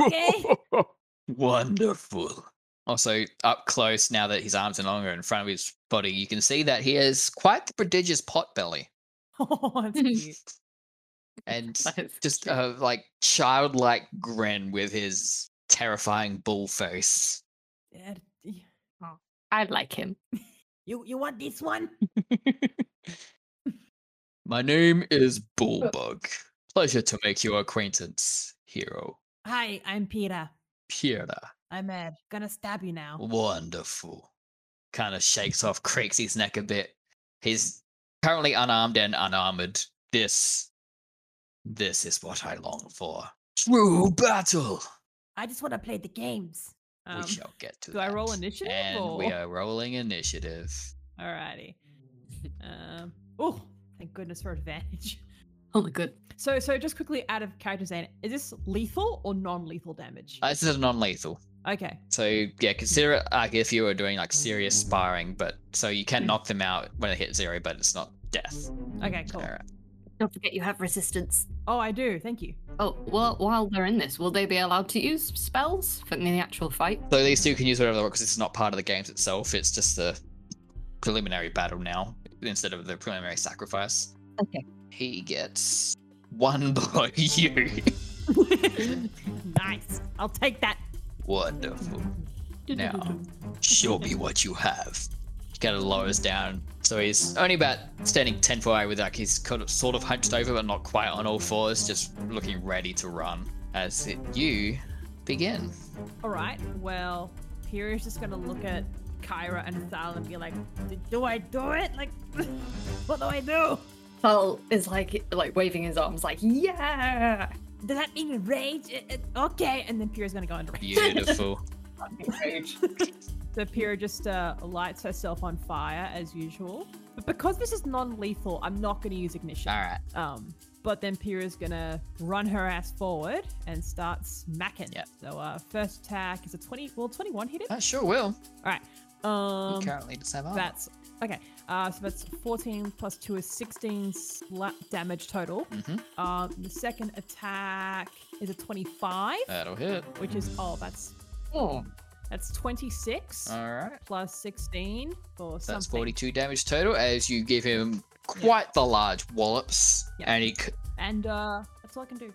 Speaker 2: Okay.
Speaker 1: [laughs]
Speaker 2: [laughs]
Speaker 1: Wonderful. Also, up close, now that his arms are no longer in front of his body, you can see that he has quite the prodigious pot belly.
Speaker 2: oh, that's cute.
Speaker 1: And
Speaker 3: That is
Speaker 1: just
Speaker 3: cute.
Speaker 1: a like childlike grin with his terrifying bull face.
Speaker 2: Yeah, y-
Speaker 3: I like him.
Speaker 2: You you want this one?
Speaker 1: My name is Bullbug. Pleasure to make your acquaintance, hero.
Speaker 2: Hi, I'm Pyrrha.
Speaker 1: Pira.
Speaker 2: I'm uh, gonna stab you now.
Speaker 1: Wonderful. Kind of shakes off, creaks his neck a bit. He's currently unarmed and unarmored. This this is what I long for. True battle.
Speaker 2: I just want to play the games. Um,
Speaker 1: we
Speaker 2: [laughs]
Speaker 1: shall get to
Speaker 2: do I roll
Speaker 1: that.
Speaker 2: initiative
Speaker 1: And we
Speaker 2: or-
Speaker 1: are rolling initiative. [laughs]
Speaker 2: Alrighty. Um, oh, thank goodness for advantage. [laughs]
Speaker 3: Oh my god.
Speaker 2: So, so just quickly out of character saying, is this lethal or non-lethal damage?
Speaker 1: Uh, this is non-lethal.
Speaker 2: okay.
Speaker 1: So yeah, consider it like if you were doing like serious sparring, but so you can knock them out when it hits zero, but it's not death.
Speaker 2: Hmm. Okay. Cool.
Speaker 1: Alright.
Speaker 3: Don't forget you have resistance.
Speaker 2: Oh, I do. Thank
Speaker 1: [laughs]
Speaker 2: you.
Speaker 3: Oh, well, while they're in this, will they be allowed to use spells for in the actual fight?
Speaker 1: So these two can use whatever they want because it's not part of the games itself. It's just the preliminary battle now instead of the preliminary sacrifice.
Speaker 3: Okay.
Speaker 1: He gets one [laughs] by you.
Speaker 2: nice. I'll take that.
Speaker 1: Wonderful. Now, show me what you have. He kind of lowers down. So he's only about standing 10 foot away with like he's kind of sort of hunched over, but not quite on all fours, just looking ready to run. As it, you begin.
Speaker 2: All right. Well, Pyrrha's just gonna look at Kyra and Thal and be like, "D- "Do I do it? Like, [laughs] what do I do?
Speaker 3: Thal is like like waving his arms like, yeah.
Speaker 2: Does that mean rage? It- it- okay." And then Pyrrha's gonna go into rage.
Speaker 1: Beautiful.
Speaker 3: Rage.
Speaker 2: [laughs] So Pyrrha just uh, lights herself on fire as usual. But because this is non-lethal, I'm not gonna use ignition.
Speaker 1: all right.
Speaker 2: Um, but then Pyrrha's gonna run her ass forward and start smacking.
Speaker 1: Yep.
Speaker 2: So uh, first attack is a twenty. Well, twenty-one hit it.
Speaker 1: That sure will.
Speaker 2: All right. Um,
Speaker 1: he currently does have armor.
Speaker 2: that's okay. Uh, so that's fourteen plus two is sixteen slap damage total.
Speaker 1: Mhm.
Speaker 2: Um, the second attack is a twenty-five,
Speaker 1: That'll hit.
Speaker 2: which is oh, that's
Speaker 3: [laughs] Oh,
Speaker 2: that's twenty-six.
Speaker 1: All right.
Speaker 2: plus 16 for
Speaker 1: Uh.
Speaker 2: something.
Speaker 1: That's 42 damage total as you give him quite the large wallops.
Speaker 2: Yeah.
Speaker 1: And he, c-
Speaker 2: And uh, that's all I can do.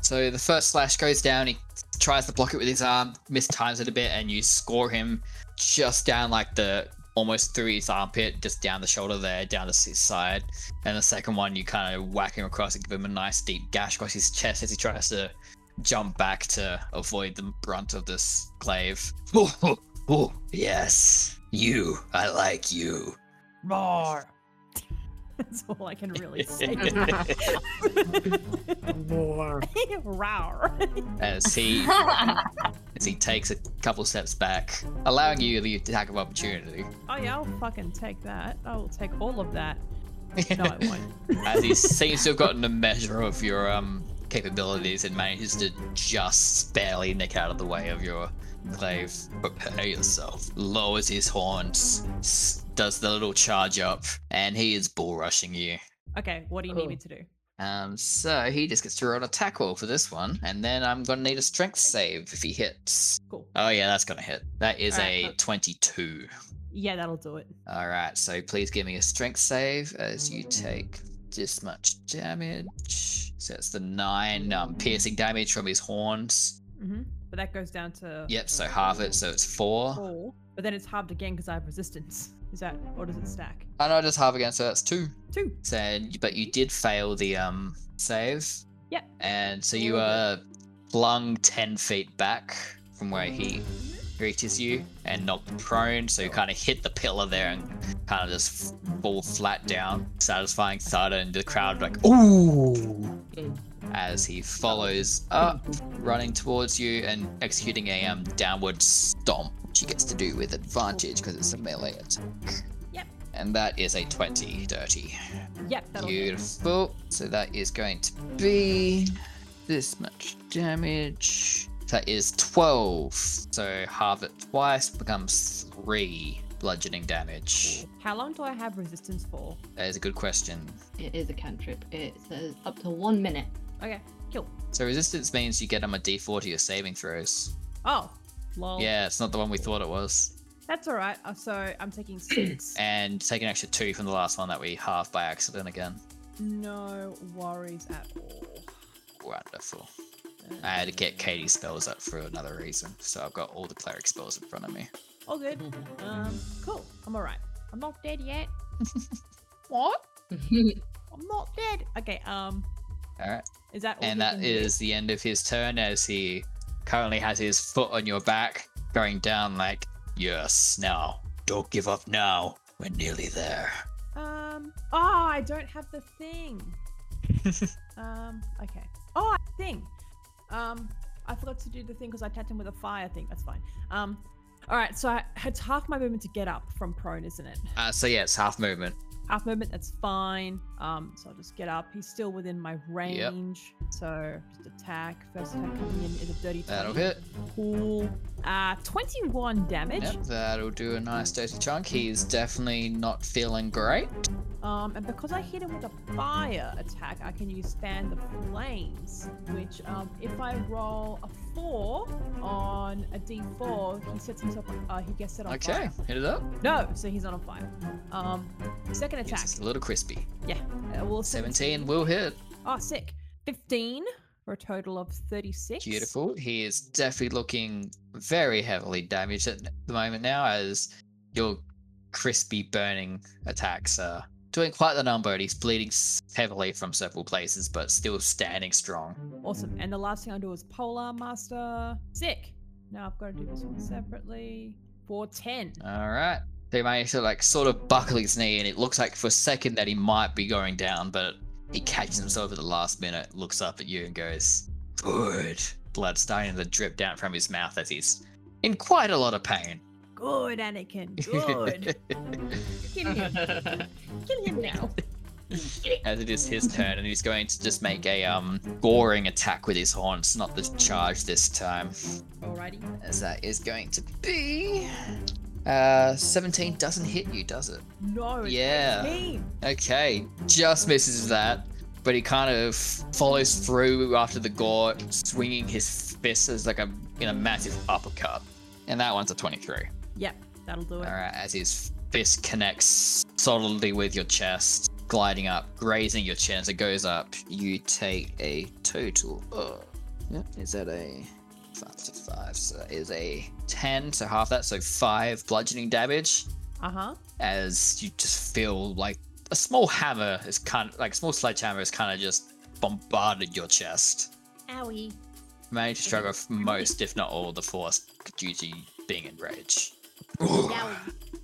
Speaker 1: so the first slash goes down. He tries to block it with his arm, mistimes it a bit, and you score him just down like the almost through his armpit, just down the shoulder there, down the s- side. And the second one, you kind of whack him across and give him a nice deep gash across his chest as he tries to jump back to avoid the brunt of this glaive. Oh, oh, [laughs] oh, yes, you. I like you.
Speaker 2: Roar. [laughs] That's all I can really say. [laughs]
Speaker 4: More.
Speaker 2: Roar.
Speaker 1: As he as he takes a couple steps back, allowing you the attack of opportunity.
Speaker 2: Oh yeah, I'll fucking take that. I will take all of that.
Speaker 1: [laughs]
Speaker 2: No, I won't.
Speaker 1: as he seems to have gotten a measure of your um capabilities and manages to just barely nick out of the way of your glaive. Prepare yourself. Lowers his horns, s- does the little charge up, and he is bull rushing you.
Speaker 2: Okay, what do you need me to do?
Speaker 1: Um, so he just gets to roll an attack roll for this one, and then I'm gonna need a strength save if he hits.
Speaker 2: Cool.
Speaker 1: Oh yeah, that's gonna hit. That is
Speaker 2: Alright,
Speaker 1: a
Speaker 2: uh-
Speaker 1: 22.
Speaker 2: Yeah, that'll do it.
Speaker 1: All right, so please give me a strength save as you take this much damage. So it's the nine um, piercing damage from his horns.
Speaker 2: hmm But that goes down to
Speaker 1: Yep, so half it, so it's four.
Speaker 2: four. But then it's halved again because I have resistance. Is that or does it stack?
Speaker 1: I know Oh, just half again, so that's two.
Speaker 2: Two.
Speaker 1: So, but you did fail the um save.
Speaker 2: Yep.
Speaker 1: And so you are
Speaker 2: Little
Speaker 1: flung ten feet back from where he reaches you and knocked prone. So you kind of hit the pillar there and kind of just f- fall flat down, satisfying Thada and the crowd like ooh.
Speaker 4: Mm.
Speaker 1: As he follows up, running towards you and executing a um, downward stomp, which he gets to do with advantage because it's a melee attack.
Speaker 2: Yep.
Speaker 1: And that is a 20 dirty.
Speaker 2: Yep, that'll do.
Speaker 1: Beautiful. So that is going to be this much damage. That is 12. So halve it twice becomes 3 bludgeoning damage.
Speaker 2: How long do I have resistance for?
Speaker 1: That is a good question.
Speaker 4: It is a cantrip. It says up to one
Speaker 3: [laughs]
Speaker 4: minute. [laughs]
Speaker 2: Okay, kill.
Speaker 1: So resistance means you get them a d4 to your saving throws.
Speaker 2: Oh, lol.
Speaker 1: Yeah, it's not the one we thought it was.
Speaker 2: That's all right. Uh, So I'm taking six.
Speaker 1: [clears throat] And take an extra 2 from the last one that we halved by accident again.
Speaker 2: no worries at all.
Speaker 1: Wonderful. I
Speaker 2: Uh,
Speaker 1: had to get Katie's spells up for another reason, so I've got all the cleric spells in front of me.
Speaker 2: all good. Um, cool. I'm all right. I'm not
Speaker 1: [laughs]
Speaker 2: dead yet. what? I'm not dead. Okay. Um,
Speaker 1: Alright.
Speaker 2: is that all?
Speaker 1: And
Speaker 2: he
Speaker 1: that
Speaker 2: can do?
Speaker 1: is the end of his turn as he currently has his foot on your back, going down like, yes, now. Don't give up now. We're nearly there.
Speaker 2: Um. Oh, I don't have the
Speaker 1: [laughs]
Speaker 2: thing. um. Okay. Oh, I have a thing. Um. I forgot to do the thing because I tapped him with a fire thing. That's fine. Um. All right. So I, it's half my movement to get up from prone, isn't it?
Speaker 1: Uh, so, yeah, it's half movement.
Speaker 2: Half movement. That's fine. Um. So I'll just get up. He's still within my range. So just attack. First attack coming in is a dirty. 20.
Speaker 1: That'll hit.
Speaker 2: Cool. Uh, twenty-one damage.
Speaker 1: Yep, that'll do a nice dirty chunk. He's definitely not feeling great.
Speaker 2: Um, and because I hit him with a fire attack, I can use fan the flames, which um, if I roll a four on a d4, he sets himself. Uh, he gets set on
Speaker 1: Okay,
Speaker 2: fire.
Speaker 1: hit it up.
Speaker 2: No, so he's not on fire. Um, second
Speaker 1: Yes,
Speaker 2: attack.
Speaker 1: it's a little crispy.
Speaker 2: uh, well,
Speaker 1: 17 will hit.
Speaker 2: Oh, sick. Fifteen for a total of thirty-six.
Speaker 1: Beautiful. He is definitely looking very heavily damaged at the moment now as your crispy burning attacks are doing quite the number and he's bleeding s- heavily from several places but still standing strong.
Speaker 2: Awesome. And the last thing I do is polar master. Sick. Now I've got to do this one separately. For ten.
Speaker 1: All right. He managed to like sort of buckle his knee and it looks like for a second that he might be going down but he catches himself at the last minute, looks up at you and goes, good. Blood starting to drip down from his mouth as he's in quite a lot of pain.
Speaker 2: Good, Anakin.
Speaker 1: [laughs]
Speaker 2: Good. Kill him. Kill him now.
Speaker 1: as it is his turn, and he's going to just make a um goring attack with his horns, not the charge this time,
Speaker 2: Alrighty.
Speaker 1: as that is going to be. Uh, 17 doesn't hit you, does it?
Speaker 2: No. Oh, it's
Speaker 1: Yeah.
Speaker 2: 18.
Speaker 1: Okay, just misses that, but he kind of follows through after the gore, swinging his fist as like a in a massive uppercut, and that one's a 23.
Speaker 2: Yep, that'll do it.
Speaker 1: All right, as his fist connects solidly with your chest, gliding up, grazing your chin as it goes up, you take a total. of yeah, is that a five to five? So that is a ten, so half that, so five bludgeoning damage.
Speaker 2: Uh huh.
Speaker 1: As you just feel like a small hammer is kind of like a small sledgehammer is kind of just bombarded your chest.
Speaker 2: Owie.
Speaker 1: Manage to struggle with most, if not all, the force due to being enraged.
Speaker 4: Now-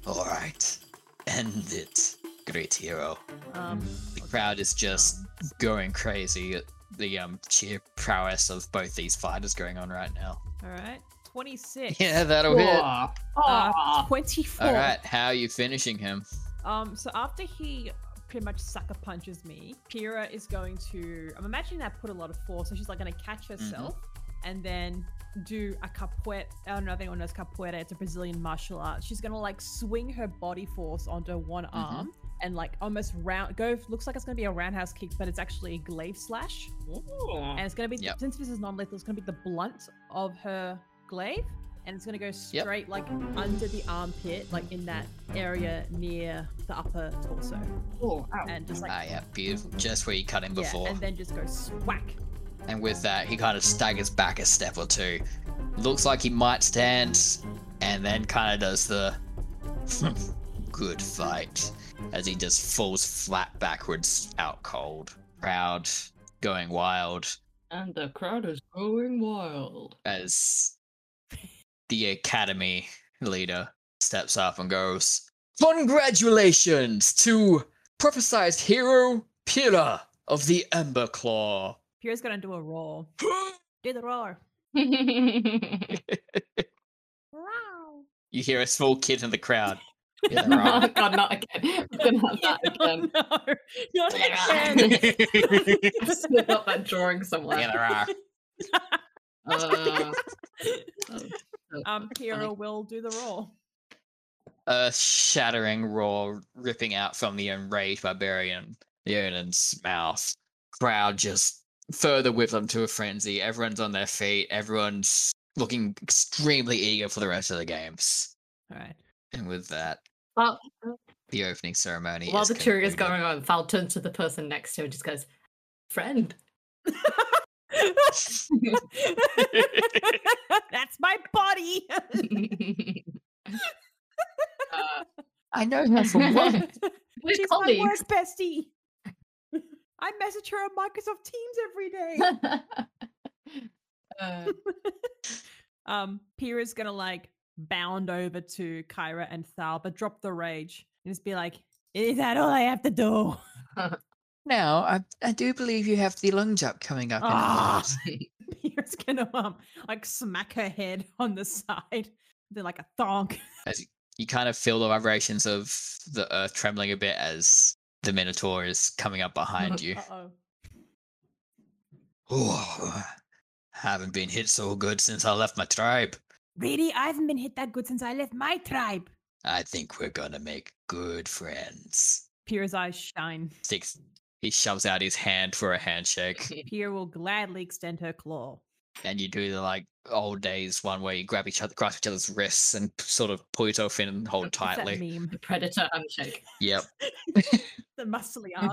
Speaker 1: All right, end it, great hero.
Speaker 2: Um,
Speaker 1: The crowd is just going crazy at the um sheer prowess of both these fighters going on right now.
Speaker 2: all right, twenty six.
Speaker 1: [laughs] Yeah, that'll hit.
Speaker 4: Aw.
Speaker 2: Uh,
Speaker 4: Aw.
Speaker 2: twenty four.
Speaker 1: All right, how are you finishing him?
Speaker 2: Um, so after he pretty much sucker punches me, Kira is going to. I'm imagining that put a lot of force, so she's like going to catch
Speaker 1: Mm-hmm.
Speaker 2: herself and then do a capoeira. I don't know if anyone knows capoeira. It's a Brazilian martial art. She's going to like swing her body force onto one
Speaker 1: Mm-hmm.
Speaker 2: arm and like almost round go. Looks like it's going to be a roundhouse kick, but it's actually a glaive slash, and it's going to be
Speaker 1: Yep.
Speaker 2: since this is non-lethal, it's going to be the blunt of her glaive. And it's gonna go straight like under the armpit, like in that area near the upper torso
Speaker 4: Ooh, ow.
Speaker 2: and just like Mm-hmm.
Speaker 1: Ah, yeah, beautiful. Just where you cut him
Speaker 2: yeah,
Speaker 1: before.
Speaker 2: and then just go swack.
Speaker 1: and with that he kind of staggers back a step or two looks like he might stand and then kind of does the [laughs] good fight as he just falls flat backwards out cold proud going wild
Speaker 4: And the crowd is going wild.
Speaker 1: as the academy leader steps up and goes congratulations to prophesized hero pillar of the ember claw
Speaker 2: Pierre's gonna do a roar. Do the roar.
Speaker 4: [laughs]
Speaker 2: Wow.
Speaker 1: you hear a small kid in the
Speaker 3: [laughs]
Speaker 1: crowd Yeah, right.
Speaker 4: God, not again. I'm gonna have that again.
Speaker 2: [laughs] no, not
Speaker 1: [laughs]
Speaker 2: again.
Speaker 4: Just look up that drawing somewhere.
Speaker 1: Yeah, there are.
Speaker 4: Uh, oh, oh,
Speaker 2: um,
Speaker 4: funny.
Speaker 2: Kira will do the roar.
Speaker 1: A shattering roar ripping out from the enraged barbarian Leonan's mouth. Crowd just further whipped onto a frenzy. Everyone's on their feet. Everyone's looking extremely eager for the rest of the games.
Speaker 2: All right. [laughs]
Speaker 1: And with that,
Speaker 3: Well,
Speaker 1: the opening ceremony.
Speaker 3: while
Speaker 1: is
Speaker 3: the cheering is
Speaker 1: concluded.
Speaker 3: going on, Val turns to the person next to her and just goes,
Speaker 4: [laughs]
Speaker 3: "Friend."
Speaker 2: That's my body.
Speaker 4: uh,
Speaker 1: I know her
Speaker 3: [laughs]
Speaker 1: from what?
Speaker 2: [laughs]
Speaker 3: We're
Speaker 2: She's my
Speaker 3: colleagues.
Speaker 2: work
Speaker 4: [laughs]
Speaker 2: bestie. [laughs] I message her on Microsoft Teams every
Speaker 3: [laughs]
Speaker 2: day.
Speaker 4: uh,
Speaker 2: Um, Pira's gonna like bound over to Kyra and Thal, but drop the rage and just be like, "Is that all I have to do?" [laughs]
Speaker 1: now, I, I do believe you have the lung jump coming up. in a
Speaker 2: Ah.
Speaker 1: minute.
Speaker 2: Pira's gonna um like smack her head [laughs] on the side, then like a thonk.
Speaker 1: you kind of feel the vibrations of the earth trembling a bit as the Minotaur is coming up behind
Speaker 2: [laughs]
Speaker 1: you.
Speaker 2: Uh-oh.
Speaker 1: Oh, haven't been hit so good since I left my tribe.
Speaker 2: Really, I haven't been hit that good since I left my tribe.
Speaker 1: I think we're gonna make good friends.
Speaker 2: Pira's eyes shine.
Speaker 1: Sticks. He shoves out his hand for a
Speaker 3: [laughs]
Speaker 1: handshake,
Speaker 2: Pira will gladly extend her claw.
Speaker 1: and you do the like old days one where you grab each other, grasp each other's wrists, and p- sort of pull yourself in and hold
Speaker 2: What's that
Speaker 1: tightly.
Speaker 2: meme.
Speaker 3: [laughs]
Speaker 2: [laughs]
Speaker 4: the predator handshake. [laughs]
Speaker 1: Yep. [laughs]
Speaker 2: The muscly arm.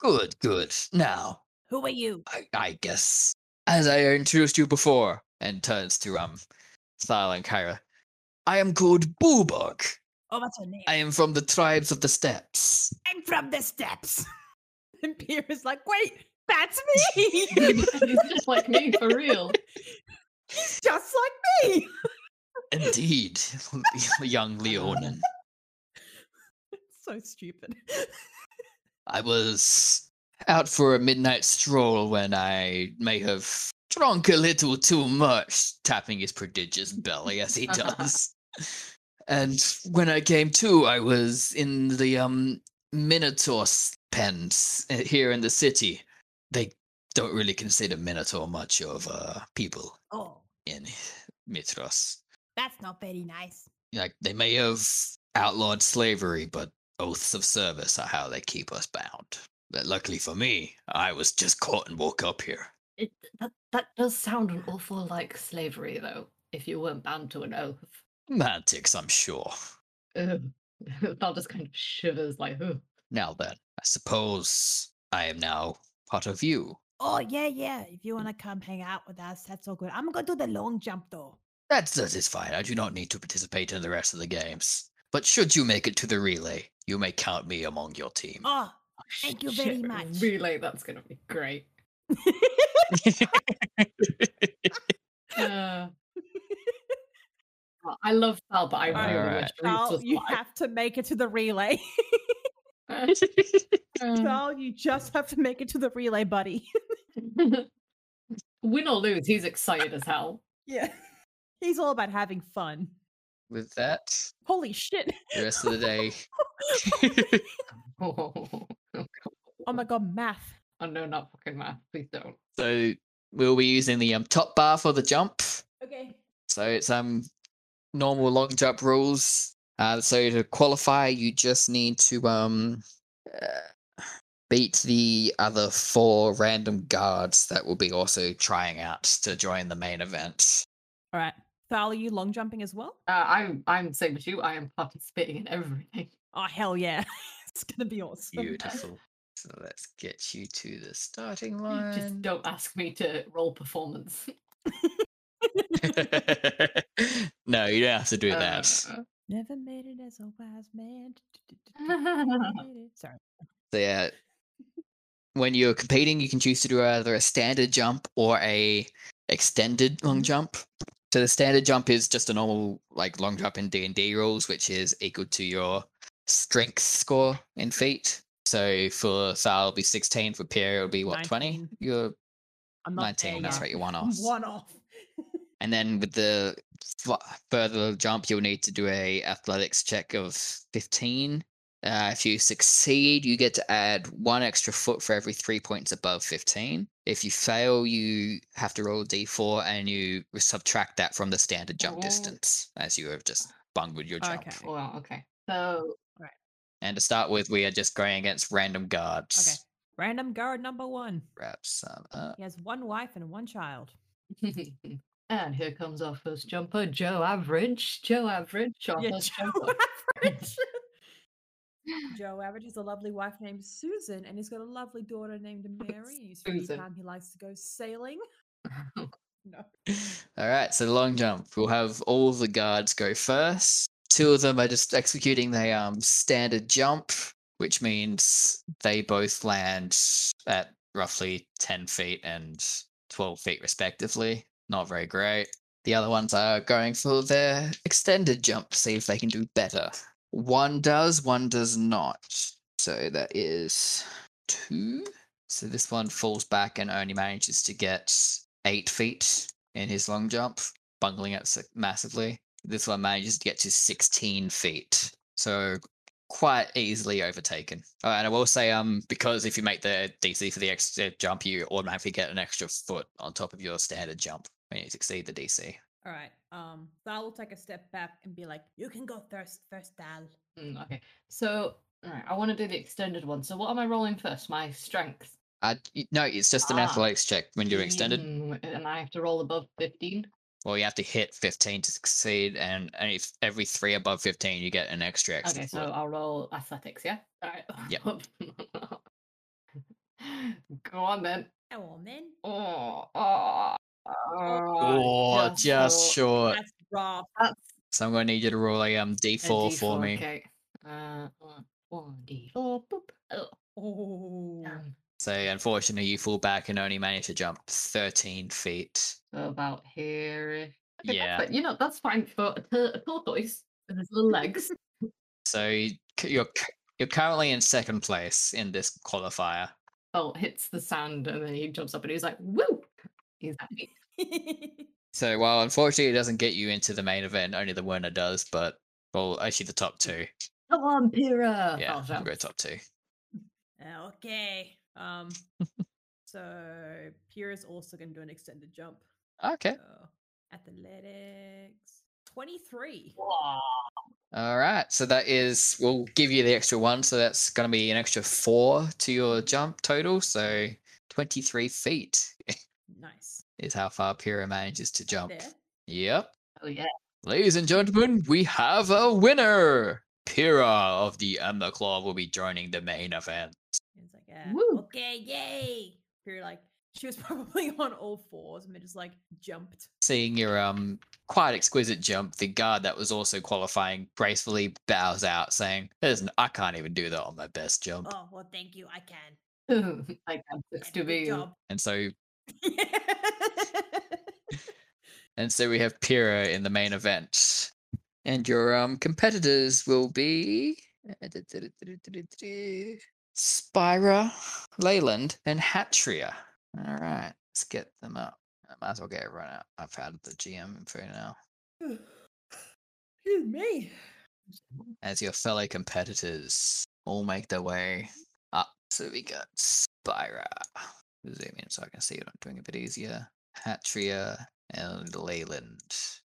Speaker 1: good, good. Now,
Speaker 2: [laughs] Who are you?
Speaker 1: I, I guess as I introduced you before, and turns to um, Thal and Kyra. I am called Bulbok.
Speaker 2: Oh, what's her name?
Speaker 1: I am from the tribes of the steppes.
Speaker 2: I'm from the steps. [laughs] And Pira's like, wait, [laughs] that's me.
Speaker 4: He's just like me for real.
Speaker 2: He's just like me. [laughs]
Speaker 1: Indeed, [laughs] young Leonin.
Speaker 2: so stupid.
Speaker 1: I was out for a midnight stroll when I may have drunk a little too much, tapping his prodigious belly as he does. and when I came to, I was in the um Minotaur's pens uh, here in the city. They don't really consider Minotaur much of uh, people
Speaker 2: Oh,
Speaker 1: in Mitros.
Speaker 2: that's not very nice.
Speaker 1: like they may have outlawed slavery, but oaths of service are how they keep us bound. But luckily for me, I was just caught and woke up here.
Speaker 3: It, that, that does sound an awful like slavery, though.
Speaker 4: If you weren't bound to an oath,
Speaker 1: Mantics, I'm sure.
Speaker 3: [laughs]
Speaker 4: Ugh. Val just kind of shivers like,
Speaker 2: Oh,
Speaker 4: Ugh.
Speaker 1: Now then, I suppose I am now part of you.
Speaker 2: Oh, yeah, yeah. If you want to come hang out with us, that's all good. I'm going to do the long jump, though.
Speaker 1: That that is fine. I do not need to participate in the rest of the games. But should you make it to the relay, you may count me among your team.
Speaker 2: [laughs] Oh, Thank you very
Speaker 4: Shit,
Speaker 2: much.
Speaker 4: Relay, that's gonna be great.
Speaker 2: [laughs]
Speaker 3: Uh, well, I love Sal, but I really
Speaker 1: Alright.
Speaker 3: wish Reese
Speaker 2: Val,
Speaker 3: was
Speaker 2: you
Speaker 3: alive.
Speaker 2: have to make it to the relay. [laughs]
Speaker 3: Um,
Speaker 2: Val, you just have to make it to the relay, buddy. [laughs]
Speaker 3: um, [laughs] Win or lose, he's excited as hell. [laughs]
Speaker 2: Yeah. He's all about having fun.
Speaker 1: With that,
Speaker 2: Holy shit.
Speaker 1: the rest of the day.
Speaker 3: oh
Speaker 2: Oh my god, math.
Speaker 3: no, not fucking math. Please don't.
Speaker 1: so we'll be using the um, top bar for the jump.
Speaker 2: Okay.
Speaker 1: So it's um normal long jump rules. Uh, so to qualify, you just need to um uh, beat the other four random guards that will be also trying out to join the main event.
Speaker 2: All right. Val, are you long jumping as well?
Speaker 3: Uh, I'm I'm the same as you. I am participating in everything. [laughs]
Speaker 2: Oh, hell yeah. [laughs] it's going to be awesome.
Speaker 1: Beautiful. So let's get you to the starting
Speaker 3: You
Speaker 1: line.
Speaker 3: Just don't ask me to roll performance.
Speaker 1: [laughs] no, you don't have to do that.
Speaker 3: Uh,
Speaker 2: [laughs] Never made it as a wise man.
Speaker 1: [laughs]
Speaker 2: Sorry.
Speaker 1: So yeah, when you're competing, you can choose to do either a standard jump or a extended
Speaker 2: Mm-hmm.
Speaker 1: long jump. So the standard jump is just a normal like long jump in D and D rules, which is equal to your strength score in feet. So for Thal, it'll be sixteen. For Pierre, it'll be what twenty.
Speaker 2: 19.
Speaker 1: You're
Speaker 2: I'm not
Speaker 1: nineteen.
Speaker 2: there
Speaker 1: That's
Speaker 2: yet.
Speaker 1: right. You're one
Speaker 2: I'm
Speaker 1: off.
Speaker 2: One off.
Speaker 1: And then with the fu- further jump, you'll need to do a athletics check of fifteen. Uh, if you succeed, you get to add one extra foot for every three points above fifteen. If you fail, you have to roll a d4 and you subtract that from the standard jump
Speaker 3: Oh.
Speaker 1: distance, as you have just bungled your jump.
Speaker 2: Okay.
Speaker 3: well, okay. So [laughs]
Speaker 1: And to start with, we are just going against random guards.
Speaker 2: Okay. Random guard number one.
Speaker 1: Wrap some uh, up.
Speaker 2: He has one wife and one child.
Speaker 3: and here comes our first jumper, Joe Average. Joe Average, our
Speaker 1: Oh,
Speaker 2: Yeah,
Speaker 3: first
Speaker 2: Joe
Speaker 3: jumper.
Speaker 1: [laughs]
Speaker 2: Average. [laughs] Joe Average has a lovely wife named Susan, and he's got a lovely daughter named Mary. And he's free
Speaker 3: Susan.
Speaker 2: time he likes to go sailing. [laughs] No.
Speaker 1: All right, so the long jump. We'll have all the guards go first. Two of them are just executing their um standard jump, which means they both land at roughly ten feet and twelve feet respectively. Not very great. The other ones are going for their extended jump to see if they can do better. One does, one does not. So that is two. So this one falls back and only manages to get eight feet in his long jump, bungling it s- massively. This one manages to get to 16 feet, so quite easily overtaken. Oh, and I will say, um, because if you make the DC for the extra jump, you automatically get an extra foot on top of your standard jump when you succeed the DC.
Speaker 2: All right. Um, Thal will take a step back and be like, "You can go first, first, Thal."
Speaker 3: [laughs] Mm, okay. So, all right, I want to do the extended one. So, what am I rolling first? My strength.
Speaker 1: Uh, y- no, it's just an
Speaker 3: Ah.
Speaker 1: athletics check when you're extended.
Speaker 3: Mm, And I have to roll above 15.
Speaker 1: Well, you have to hit 15 to succeed, and and if every three above 15, you get an extra extra.
Speaker 3: Okay, so
Speaker 1: foot.
Speaker 3: I'll roll athletics, yeah? All right.
Speaker 1: Yep.
Speaker 3: [laughs] Go on then.
Speaker 2: Oh, well, then
Speaker 3: Oh, oh,
Speaker 1: oh,
Speaker 3: just
Speaker 1: just
Speaker 3: short.
Speaker 1: short.
Speaker 2: that's rough.
Speaker 1: So I'm gonna need you to roll a um
Speaker 3: A
Speaker 1: D4 for
Speaker 3: D4,
Speaker 1: me.
Speaker 3: Okay. Uh, one- one D4. Boop. Oh,
Speaker 2: Oh,
Speaker 3: damn.
Speaker 1: So unfortunately, you fall back and only manage to jump 13 feet.
Speaker 3: So about here. Okay, that's
Speaker 1: Yeah.
Speaker 3: fine, You know, that's fine for a, tur- a tortoise with his little legs.
Speaker 1: So you- c- you're c- you're currently in second place in this qualifier.
Speaker 3: Felt Oh, hits the sand and then he jumps up and he's like, woo! He's happy.
Speaker 2: [laughs]
Speaker 1: So while unfortunately it doesn't get you into the main event, only the winner does. But well, actually the top two.
Speaker 3: Come on, Pyrrha!
Speaker 1: yeah,
Speaker 3: Oh,
Speaker 1: we'll
Speaker 3: damn.
Speaker 1: go top two.
Speaker 2: Oh, okay. Um, so Pierre is also going to do an extended jump.
Speaker 1: Okay.
Speaker 2: So, athletics twenty-three.
Speaker 3: Wow.
Speaker 1: All right. So that is we'll give you the extra one. So that's gonna be an extra four to your jump total. So 23 feet
Speaker 2: Nice.
Speaker 1: is how far Pyrrha manages to jump.
Speaker 2: There.
Speaker 1: Yep.
Speaker 3: Oh, yeah. [laughs]
Speaker 1: Ladies and gentlemen, we have a winner! Pyrrha of the Ember Claw will be joining the main event.
Speaker 2: It's like, uh,
Speaker 3: Woo.
Speaker 2: okay, yay. Pierre like she was [laughs] probably on all fours and then just like jumped.
Speaker 1: Seeing your um quite exquisite jump, the guard that was also qualifying gracefully bows out, saying, There's n I can't even do that on my best jump.
Speaker 2: Oh well, thank you. I can.
Speaker 4: I can six to
Speaker 2: Good
Speaker 4: be.
Speaker 2: [laughs] job.
Speaker 1: And so and so we have Pyrrha in the main event. And your um competitors will be Spira, Leyland, and Hatria. Alright, let's get them up. I might as well get it right out. I've added the GM info now.
Speaker 2: Excuse me.
Speaker 1: As your fellow competitors all make their way up. So we got Spira. Zoom in so I can see what I'm doing a bit easier. Hatria and Leyland.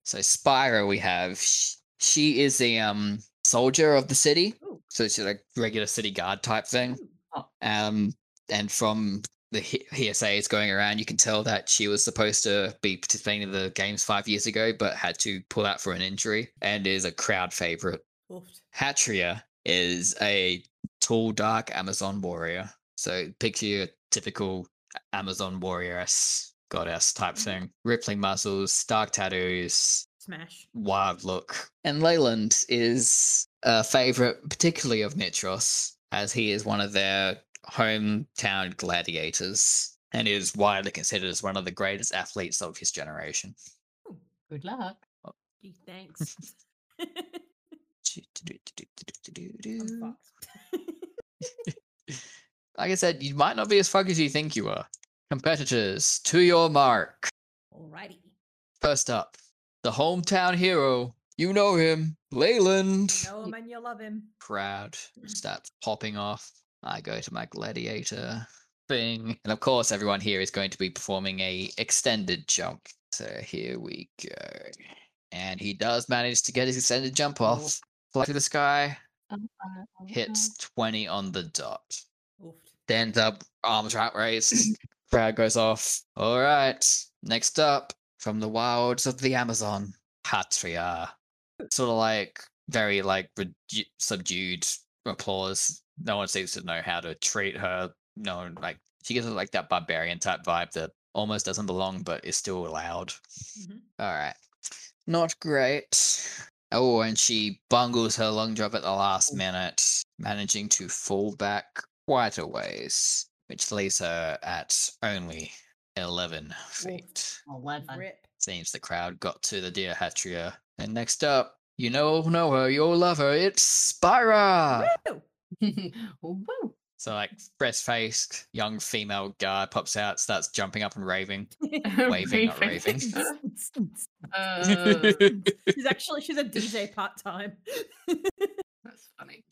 Speaker 1: So Spyra we have. sh- She is a um soldier of the city.
Speaker 2: Ooh.
Speaker 1: So she's like regular city guard type thing.
Speaker 2: Ooh.
Speaker 1: Um and from the he- hearsays going around, you can tell that she was supposed to be participating in the games five years ago, but had to pull out for an injury and is a crowd favorite.
Speaker 2: Woofed.
Speaker 1: Hatria is a tall, dark Amazon warrior. So picture your typical A- Amazon warrioress goddess type
Speaker 2: Mhm.
Speaker 1: thing. Rippling muscles, stark tattoos,
Speaker 2: Smash.
Speaker 1: wild look. And Leyland is a favorite, particularly of Mitros, as he is one of their hometown gladiators and is widely considered as one of the greatest athletes of his generation.
Speaker 4: Good luck.
Speaker 2: Gee, thanks. [laughs]
Speaker 1: Mm.
Speaker 2: I'm fucked. [laughs]
Speaker 1: like I said, you might not be as fucked as you think you are. Competitors, to your mark.
Speaker 2: Alrighty.
Speaker 1: First up, the hometown hero. You know him, Leyland.
Speaker 2: Know him and you love him.
Speaker 1: Crowd starts popping off. I go to my gladiator thing. And of course, everyone here is going to be performing a extended jump. So here we go. And he does manage to get his extended jump off. Fly to the sky,
Speaker 3: Uh,
Speaker 1: hits 20 on the dot.
Speaker 2: Woofed.
Speaker 1: Stand up, arms out raised. [laughs] Crowd goes off. All right. Next up, from the wilds of the Amazon, Patria. Sort of like very like redu- subdued applause. No one seems to know how to treat her. No one like she gives it like that barbarian type vibe that almost doesn't belong, but is still allowed.
Speaker 2: Mhm.
Speaker 1: All right. Not great. Oh, and she bungles her lung drop at the last minute, managing to fall back quite a ways, which leaves her at only 11 feet.
Speaker 4: Eleven.
Speaker 2: Rip.
Speaker 1: Seems the crowd got to the dear Hatria. And next up, you know, know her, you'll love her, it's Spyra!
Speaker 2: Woo! [laughs]
Speaker 3: [laughs]
Speaker 4: Woo.
Speaker 1: So, like, fresh faced young female guy pops out, starts jumping up and raving. Waving, not [laughs] raving.
Speaker 4: Uh,
Speaker 1: [laughs]
Speaker 2: [laughs] she's actually she's a DJ part [laughs] time.
Speaker 4: that's funny.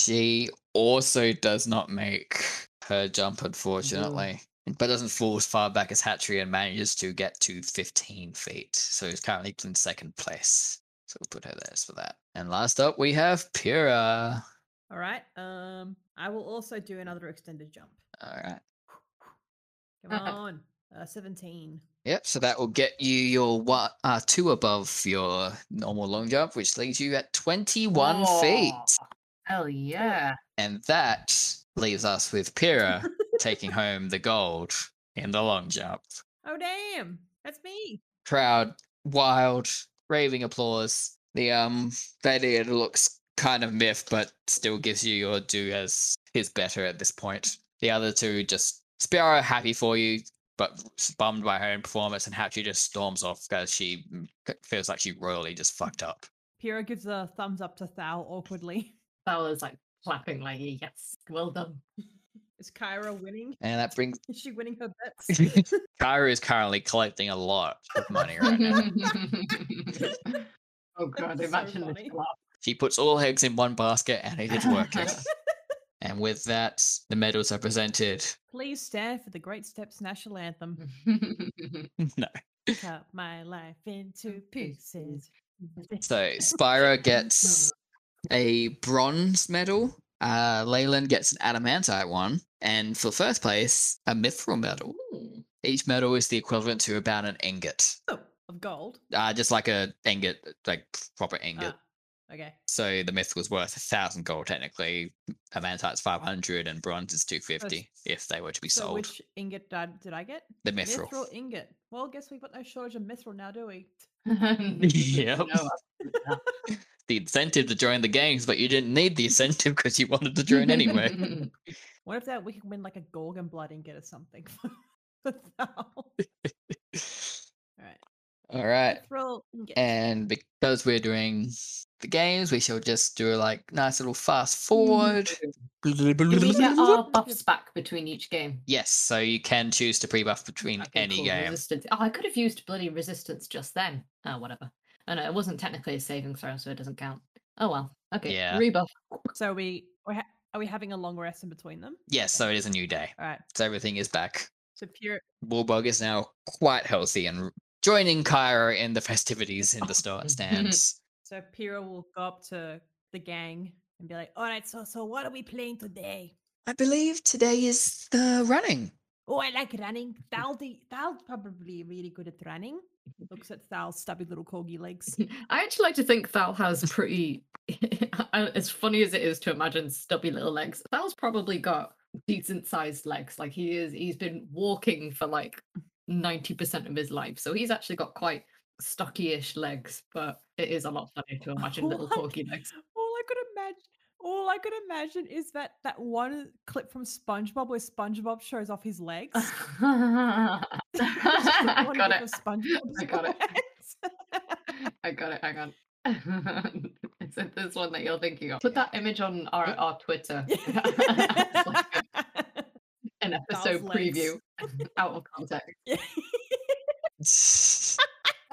Speaker 1: She also does not make her jump, unfortunately, but doesn't fall as far back as Hatchery and manages to get to 15 feet. So he's currently in second place. So we'll put her there for that. And last up, we have Pyrrha.
Speaker 2: All right. Um, I will also do another extended jump.
Speaker 1: All right.
Speaker 2: Come
Speaker 4: Uh-huh.
Speaker 2: on, uh, seventeen.
Speaker 1: Yep. So that will get you your one, uh, two above your normal long jump, which leaves you at 21 feet.
Speaker 4: Aw, Hell yeah.
Speaker 1: And that leaves us with Pyrrha taking home the gold in the long jump.
Speaker 2: [laughs] Oh damn, that's me.
Speaker 1: crowd wild raving applause the um gladiator looks kind of miffed but still gives you your due as his better at this point the other two just Sparrow happy for you but s- bummed by her own performance and Hatchie just storms off because she mm, c- feels like she royally just fucked up
Speaker 2: Pyrrha gives a thumbs up to Thal awkwardly. [laughs]
Speaker 4: That was like clapping like yes, well [laughs] done.
Speaker 2: Is Kyra winning? [laughs]
Speaker 1: and that brings [laughs]
Speaker 2: Is she winning her bets?
Speaker 1: Kyra is currently collecting a lot of money right
Speaker 3: Mm-hmm.
Speaker 1: now
Speaker 3: [laughs]
Speaker 4: oh god,
Speaker 2: so
Speaker 4: imagine
Speaker 2: funny.
Speaker 4: this clap.
Speaker 1: She puts all her eggs in one basket and it is working and with that the medals are presented
Speaker 2: Please stand for the Great Steps National Anthem.
Speaker 1: no
Speaker 2: Cut my life into pieces. Mm-hmm.
Speaker 1: So Spyro gets a bronze medal. Uh, Leyland gets an adamantite one, and for first place, a mithril medal. [laughs]
Speaker 4: Ooh,
Speaker 1: Each medal is the equivalent to about an ingot,
Speaker 2: Oh, of gold.
Speaker 1: uh, just like a ingot, like proper ingot.
Speaker 2: Ah, okay.
Speaker 1: So the mithril's worth a thousand gold technically. Adamantite's five hundred, and bronze is two fifty if they were to be
Speaker 2: So
Speaker 1: sold.
Speaker 2: which ingot did, did I get?
Speaker 1: The mithril.
Speaker 2: ingot. Well, guess we've got no shortage of mithril now, do we?
Speaker 1: Yep.
Speaker 4: no, absolutely not.
Speaker 2: [laughs]
Speaker 3: [laughs]
Speaker 1: The incentive to join the games, but you didn't need the incentive because you wanted to join anyway.
Speaker 2: What if that we can win like a Gorgon blood and get us something [laughs] for, for Thal? Alright.
Speaker 1: All right.
Speaker 2: Thrill and get
Speaker 1: And because we're doing the games, we shall just do like nice little fast forward.
Speaker 3: Mm. Do we
Speaker 4: [laughs]
Speaker 3: get our buffs back between each game?
Speaker 1: Yes, so you can choose to pre-buff between
Speaker 3: Okay,
Speaker 1: any
Speaker 3: cool,
Speaker 1: game.
Speaker 3: resistance. Oh, I could have used bloody resistance just then. Oh, whatever. Oh, no, it wasn't technically a saving throw, so it doesn't count. Oh, well. Okay.
Speaker 1: Yeah.
Speaker 3: Rebuff.
Speaker 2: So we we're ha- are we having a long rest in between them?
Speaker 1: Yes, so it is a new day.
Speaker 2: Alright.
Speaker 1: So everything is back.
Speaker 2: So pure
Speaker 1: Bulbog is now quite healthy and joining Cairo in the festivities in the
Speaker 3: [laughs]
Speaker 1: star stands.
Speaker 2: so Pyrrha will go up to the gang and be like, Alright, so so what are we playing today?
Speaker 1: I believe today is the running.
Speaker 2: Oh, I like running. Thal, the, Thal's probably really good at running. Looks at Thal's stubby little corgi legs.
Speaker 3: I actually like to think Thal has pretty. [laughs] as funny as it is to imagine stubby little legs, Thal's probably got decent sized legs. Like he is, he's been walking for like 90% of his life. So he's actually got quite stocky ish legs, but it is a lot funny to imagine little
Speaker 2: What?
Speaker 3: corgi
Speaker 2: [laughs]
Speaker 3: legs.
Speaker 2: [laughs]
Speaker 3: [laughs]
Speaker 2: All I could imagine, all I could imagine is that that one clip from SpongeBob where SpongeBob shows off his legs. [laughs] Just "Oh, that one
Speaker 3: Got
Speaker 2: clip
Speaker 3: it.
Speaker 2: of [laughs] SpongeBob's
Speaker 3: I got it.
Speaker 2: legs. [laughs]
Speaker 3: I got it. Hang on. [laughs] it's it's this one that you're thinking of. Put that image on our,
Speaker 1: Yeah.
Speaker 3: our
Speaker 2: [laughs]
Speaker 3: Twitter. [laughs] It's like a- an
Speaker 2: Mouse
Speaker 3: episode
Speaker 2: legs.
Speaker 3: preview [laughs] out of context.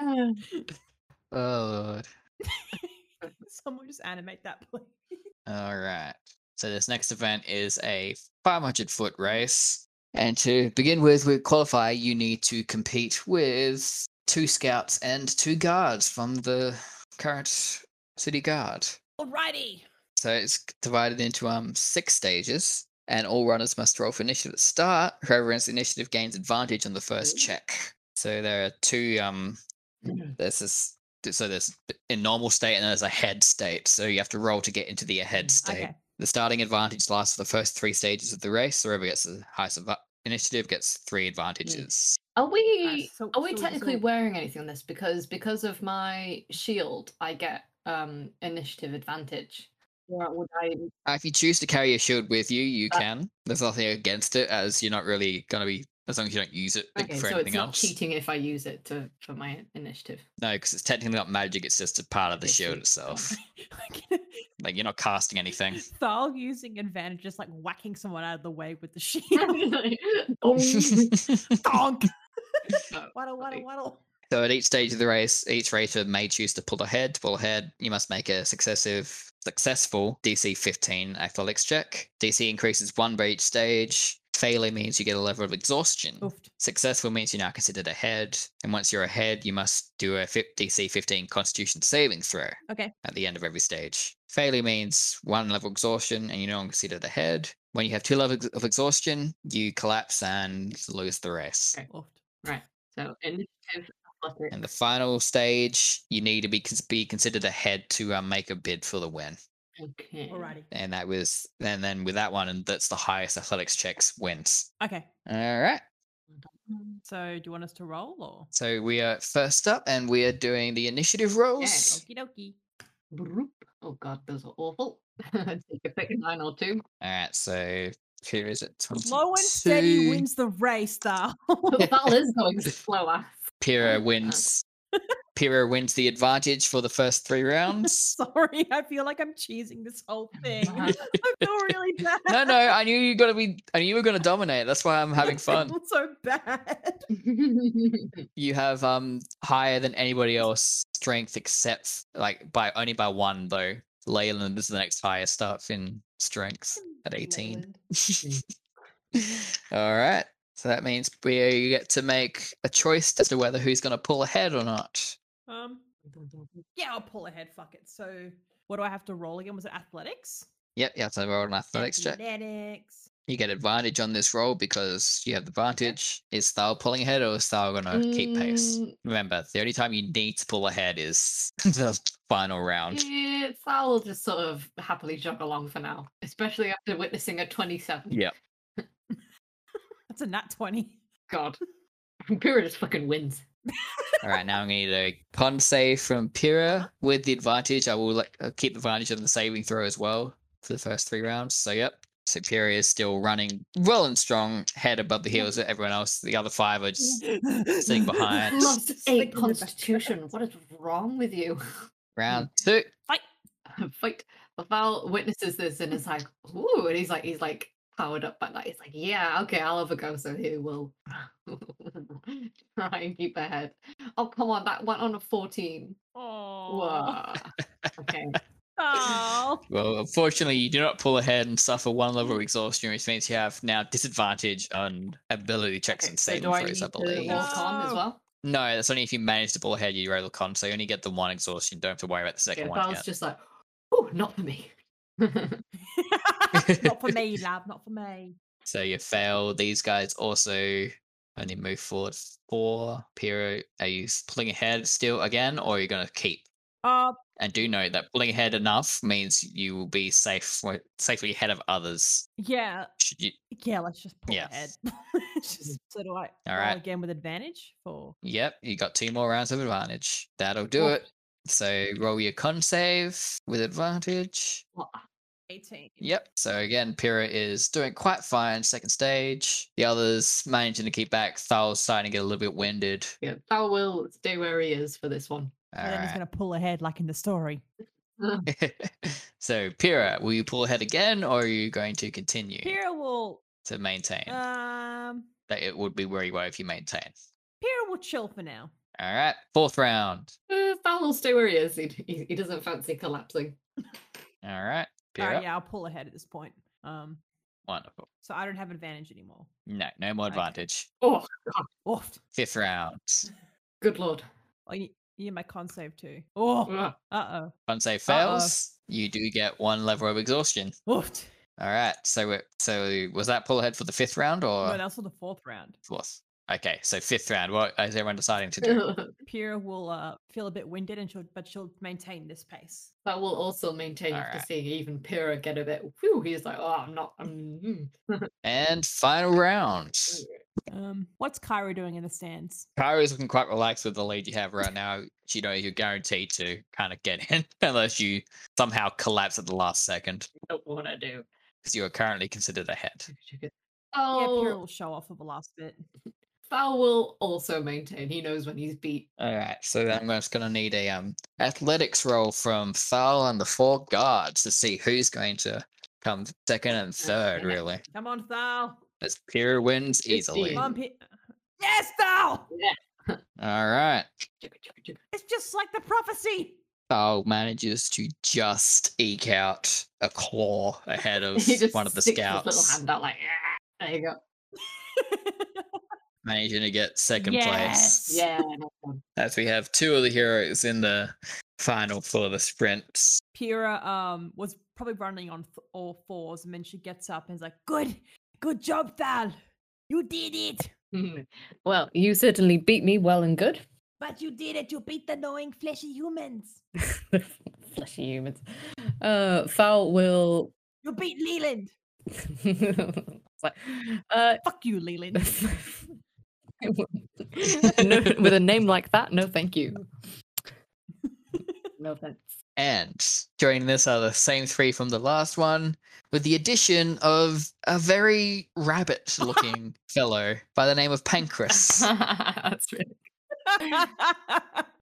Speaker 1: [laughs]
Speaker 3: [sighs]
Speaker 1: oh,
Speaker 2: [laughs] Someone just animate that, please.
Speaker 1: All right. So this next event is a 500 foot race. And to begin with, with qualify, you need to compete with two scouts and two guards from the current city guard.
Speaker 2: Alrighty.
Speaker 1: So it's divided into um six stages, and all runners must roll for initiative at the start. Whoever wins the initiative gains advantage on the first
Speaker 3: Ooh.
Speaker 1: check. So there are two um there's this so there's in normal state and there's a head state. So you have to roll to get into the ahead state.
Speaker 2: Okay.
Speaker 1: The starting advantage lasts for the first three stages of the race. So whoever gets the highest adva- initiative gets
Speaker 3: Hmm.
Speaker 1: three advantages.
Speaker 3: Are we
Speaker 2: so-
Speaker 3: are we
Speaker 2: so-
Speaker 3: technically
Speaker 2: so-
Speaker 3: wearing anything on this? Because because of my shield, I get um initiative advantage. Or would I
Speaker 1: Uh, if you choose to carry a shield with you, you
Speaker 3: Uh,
Speaker 1: can. There's nothing against it, as you're not really going to be as long as you don't use it
Speaker 3: Okay,
Speaker 1: for
Speaker 3: so
Speaker 1: anything
Speaker 3: it's not
Speaker 1: else.
Speaker 3: cheating if I use it to for my [laughs] initiative.
Speaker 1: No, because it's technically not magic. It's just a part of the
Speaker 3: Okay,
Speaker 1: shield
Speaker 3: sweet. [laughs]
Speaker 1: itself.
Speaker 2: I can-
Speaker 1: Like you're not casting anything.
Speaker 2: [laughs] Thal using advantage, just like whacking someone out of the way [laughs] with the
Speaker 3: [laughs]
Speaker 2: shield.
Speaker 3: Oh,
Speaker 1: [laughs]
Speaker 2: [laughs] Donk.
Speaker 1: Uh,
Speaker 3: no.
Speaker 2: waddle, waddle,
Speaker 3: Sorry.
Speaker 2: waddle.
Speaker 1: so at each stage of the race, each racer may choose to pull ahead. To pull ahead, you must make a successive, successful DC 15 athletics check. DC increases one by each stage. Failing means you get a level of exhaustion.
Speaker 2: Oofed.
Speaker 1: Successful means you're now considered ahead, and once you're ahead, you must do a fif- DC 15 Constitution saving throw.
Speaker 2: Okay.
Speaker 1: At the end of every stage, failure means one level exhaustion, and you're no longer considered ahead. When you have two levels of exhaustion, you collapse and lose the race.
Speaker 3: Okay.
Speaker 2: Oofed.
Speaker 3: So initiative athletics.
Speaker 1: And the final stage, you need to be cons- be considered ahead to uh, make a bid for the win.
Speaker 3: Okay.
Speaker 2: Alrighty.
Speaker 1: And that was, and then with that one, and that's the highest athletics checks wins.
Speaker 2: Okay.
Speaker 1: All right.
Speaker 2: So do you want us to roll or?
Speaker 1: So we are first up, and we are doing the initiative rolls.
Speaker 2: Okie dokie.
Speaker 3: Broop. Oh god, those are awful. [laughs] Take a [laughs] pick a nine or two.
Speaker 1: All right, so here is it.
Speaker 2: Low and steady
Speaker 1: 22.
Speaker 2: wins the race, Thal.
Speaker 3: But Val is going [laughs] slower.
Speaker 1: Pyrrha
Speaker 3: Oh,
Speaker 1: wins. Pyrrha wins the advantage for the first three
Speaker 2: [laughs]
Speaker 1: rounds.
Speaker 2: [laughs] Sorry, I feel like I'm cheesing this whole
Speaker 1: [laughs]
Speaker 2: thing. I
Speaker 3: Uh-huh.
Speaker 2: feel really [laughs] bad.
Speaker 1: No, no, I knew you gotta be. I knew you were gonna dominate. That's why I'm having
Speaker 2: I
Speaker 1: fun.
Speaker 2: feel so bad.
Speaker 1: You have um higher than anybody else strength, except like by only by one though. Leyland is the next highest up in strength
Speaker 3: Mm,
Speaker 1: at eighteen.
Speaker 3: [laughs]
Speaker 1: [laughs] All right. So that means we uh, you get to make a choice as to whether who's going to pull ahead or not.
Speaker 2: Um, yeah, I'll pull ahead. Fuck it. So, what do I have to roll again? Was it athletics?
Speaker 1: Yep, you have to roll an athletics check.
Speaker 2: Athletics.
Speaker 1: You get advantage on this roll because you have the advantage. Is Thal pulling ahead or is Thal going to keep pace?
Speaker 3: Mm,
Speaker 1: Remember, the only time you need to pull ahead is [laughs] the final round.
Speaker 3: Yeah, Val will just sort of happily jog along for now, especially after witnessing a 27.
Speaker 1: Yep.
Speaker 2: That's a nat twenty.
Speaker 4: [laughs]
Speaker 3: God. Pyrrha just fucking wins.
Speaker 1: All right, now I'm going to need a con save from Pyrrha with the advantage. I will like, uh, keep the advantage on the saving throw as well for the first three rounds. So, yep, Superior is still running well and strong, head above the heels of everyone else. The other five are just sitting
Speaker 2: [laughs]
Speaker 1: behind.
Speaker 2: Just
Speaker 4: Plus
Speaker 2: stick in
Speaker 4: eight
Speaker 2: the back.
Speaker 4: constitution. What is wrong with you? [laughs]
Speaker 1: round two.
Speaker 4: Fight. Val witnesses this and is like, ooh, and he's like, he's like powered up by that. He's like, yeah, okay, I'll have a go. So he will [laughs] try and keep ahead. Oh, come on, that went on a 14.
Speaker 2: Oh.
Speaker 4: Whoa. Okay.
Speaker 2: [laughs]
Speaker 1: Well, unfortunately, you do not pull ahead and suffer one level of exhaustion, which means you have now disadvantage on ability checks
Speaker 4: okay,
Speaker 1: and
Speaker 4: so
Speaker 1: saving
Speaker 4: do I need
Speaker 1: throws, I
Speaker 4: to
Speaker 1: believe.
Speaker 4: roll con as
Speaker 2: No.
Speaker 4: well?
Speaker 1: No, that's only if you manage to pull ahead, you roll the con, so you only get the one exhaustion. Don't have to worry about the second
Speaker 4: Okay,
Speaker 1: one.
Speaker 4: Val's
Speaker 1: yet.
Speaker 4: just like, oh, not for
Speaker 3: [laughs]
Speaker 4: me.
Speaker 2: not for me, lab. Not for me.
Speaker 1: So you fail. These guys also only move forward four. Piero, are you s- pulling ahead still again, or are you going to keep?
Speaker 2: Uh,
Speaker 1: And do note that pulling ahead enough means you will be safe, wa- safely ahead of others.
Speaker 2: yeah,
Speaker 1: Should you?
Speaker 2: yeah. Let's just pull
Speaker 1: Yeah.
Speaker 2: ahead. [laughs] It's
Speaker 1: [laughs]
Speaker 2: just, so do I? roll
Speaker 1: right.
Speaker 2: Again with advantage for
Speaker 1: Yep, you got two more rounds of advantage. That'll do
Speaker 2: Oh.
Speaker 1: it. So roll your con save with advantage.
Speaker 2: eighteen.
Speaker 1: Yep. So again, Pyrrha is doing quite fine second stage. The others managing to keep back. Thal's starting to get a little bit winded.
Speaker 4: Yeah, Val will stay where he is for this one.
Speaker 1: All
Speaker 2: And then he's
Speaker 1: right.
Speaker 2: gonna pull ahead like in the story.
Speaker 1: [laughs] so Pyrrha, will you pull ahead again, or are you going to continue
Speaker 2: Pyrrha will
Speaker 1: to maintain?
Speaker 2: um
Speaker 1: that it would be where you were if you maintain.
Speaker 2: Pyrrha will chill for now.
Speaker 1: All right. Fourth round.
Speaker 4: Uh, Val will stay where he is. He, he, he doesn't fancy collapsing.
Speaker 1: All right. Pyrrha.
Speaker 2: Alright, Oh, yeah, I'll pull ahead at this point. Um
Speaker 1: Wonderful.
Speaker 2: so I don't have advantage anymore.
Speaker 1: No, no more
Speaker 2: Okay.
Speaker 1: advantage.
Speaker 4: Oh,
Speaker 2: Oof.
Speaker 1: Fifth round.
Speaker 4: good lord. [laughs]
Speaker 2: I need, need my con save too.
Speaker 1: Mm.
Speaker 2: Oh
Speaker 4: Ugh.
Speaker 2: uh
Speaker 1: Bonsai
Speaker 2: Uh-oh.
Speaker 1: fails. You do get one level of exhaustion.
Speaker 2: oh. Oof.
Speaker 1: All right. So we so was that pull ahead for the fifth round or
Speaker 2: No, that's for the fourth round.
Speaker 1: fourth? Okay. So fifth round. What is everyone deciding to
Speaker 2: [laughs]
Speaker 1: do?
Speaker 2: Pyrrha will uh feel a bit winded and she'll but she'll maintain this pace.
Speaker 4: That will also maintain after
Speaker 1: Alright.
Speaker 4: seeing even Pyrrha get a bit. Whew, he's like, oh, I'm not. I'm,
Speaker 1: and final round.
Speaker 2: Um what's Cairo doing in the stands?
Speaker 1: Kyrie's looking quite relaxed with the lead you have right now. She knows you're guaranteed to kind of get in [laughs] unless you somehow collapse at the last second
Speaker 4: don't want to do.
Speaker 1: because you are currently considered ahead.
Speaker 2: Yeah, Pyrrha
Speaker 4: Oh,
Speaker 2: will show off for the last bit.
Speaker 4: Val will also maintain. He knows when he's beat.
Speaker 1: All right, so then I'm just going to need a um athletics roll from Thal and the four guards to see who's going to come second and third.
Speaker 4: Okay.
Speaker 1: Really,
Speaker 2: Come on, Thal.
Speaker 1: as Pierre wins easily.
Speaker 2: Come on, Py- Yes, Thal!
Speaker 1: All right,
Speaker 2: It's just like the prophecy. [laughs]
Speaker 1: Thal manages to just eke out a claw
Speaker 4: [laughs]
Speaker 1: ahead of
Speaker 4: He just
Speaker 1: one of the
Speaker 4: sticks his little
Speaker 1: scouts,
Speaker 4: hand out like, "Ah," there you go.
Speaker 1: managing to get second
Speaker 2: Yes.
Speaker 1: place.
Speaker 4: Yeah. nice one.
Speaker 1: As we have two of the heroes in the final for the sprints.
Speaker 2: Pyrrha um was probably running on th- all fours, and then she gets up and is like, "Good, good job, Thal. You did it.
Speaker 4: Mm.
Speaker 3: [laughs] Well, you certainly beat me well and good.
Speaker 2: But you did it. You beat the knowing fleshy humans.
Speaker 4: [laughs]
Speaker 3: Fleshy humans. Uh,
Speaker 4: [laughs]
Speaker 3: Foul will.
Speaker 2: You beat Leland.
Speaker 3: It's like,
Speaker 4: [laughs]
Speaker 3: uh,
Speaker 2: Fuck you, Leland. [laughs]
Speaker 3: no, with a name like that, no thank you. No thanks.
Speaker 1: And joining this are the same three from the last one, with the addition of a very rabbit [laughs] looking fellow by the name of [laughs]
Speaker 4: [laughs]
Speaker 1: Pancras.
Speaker 4: that's really,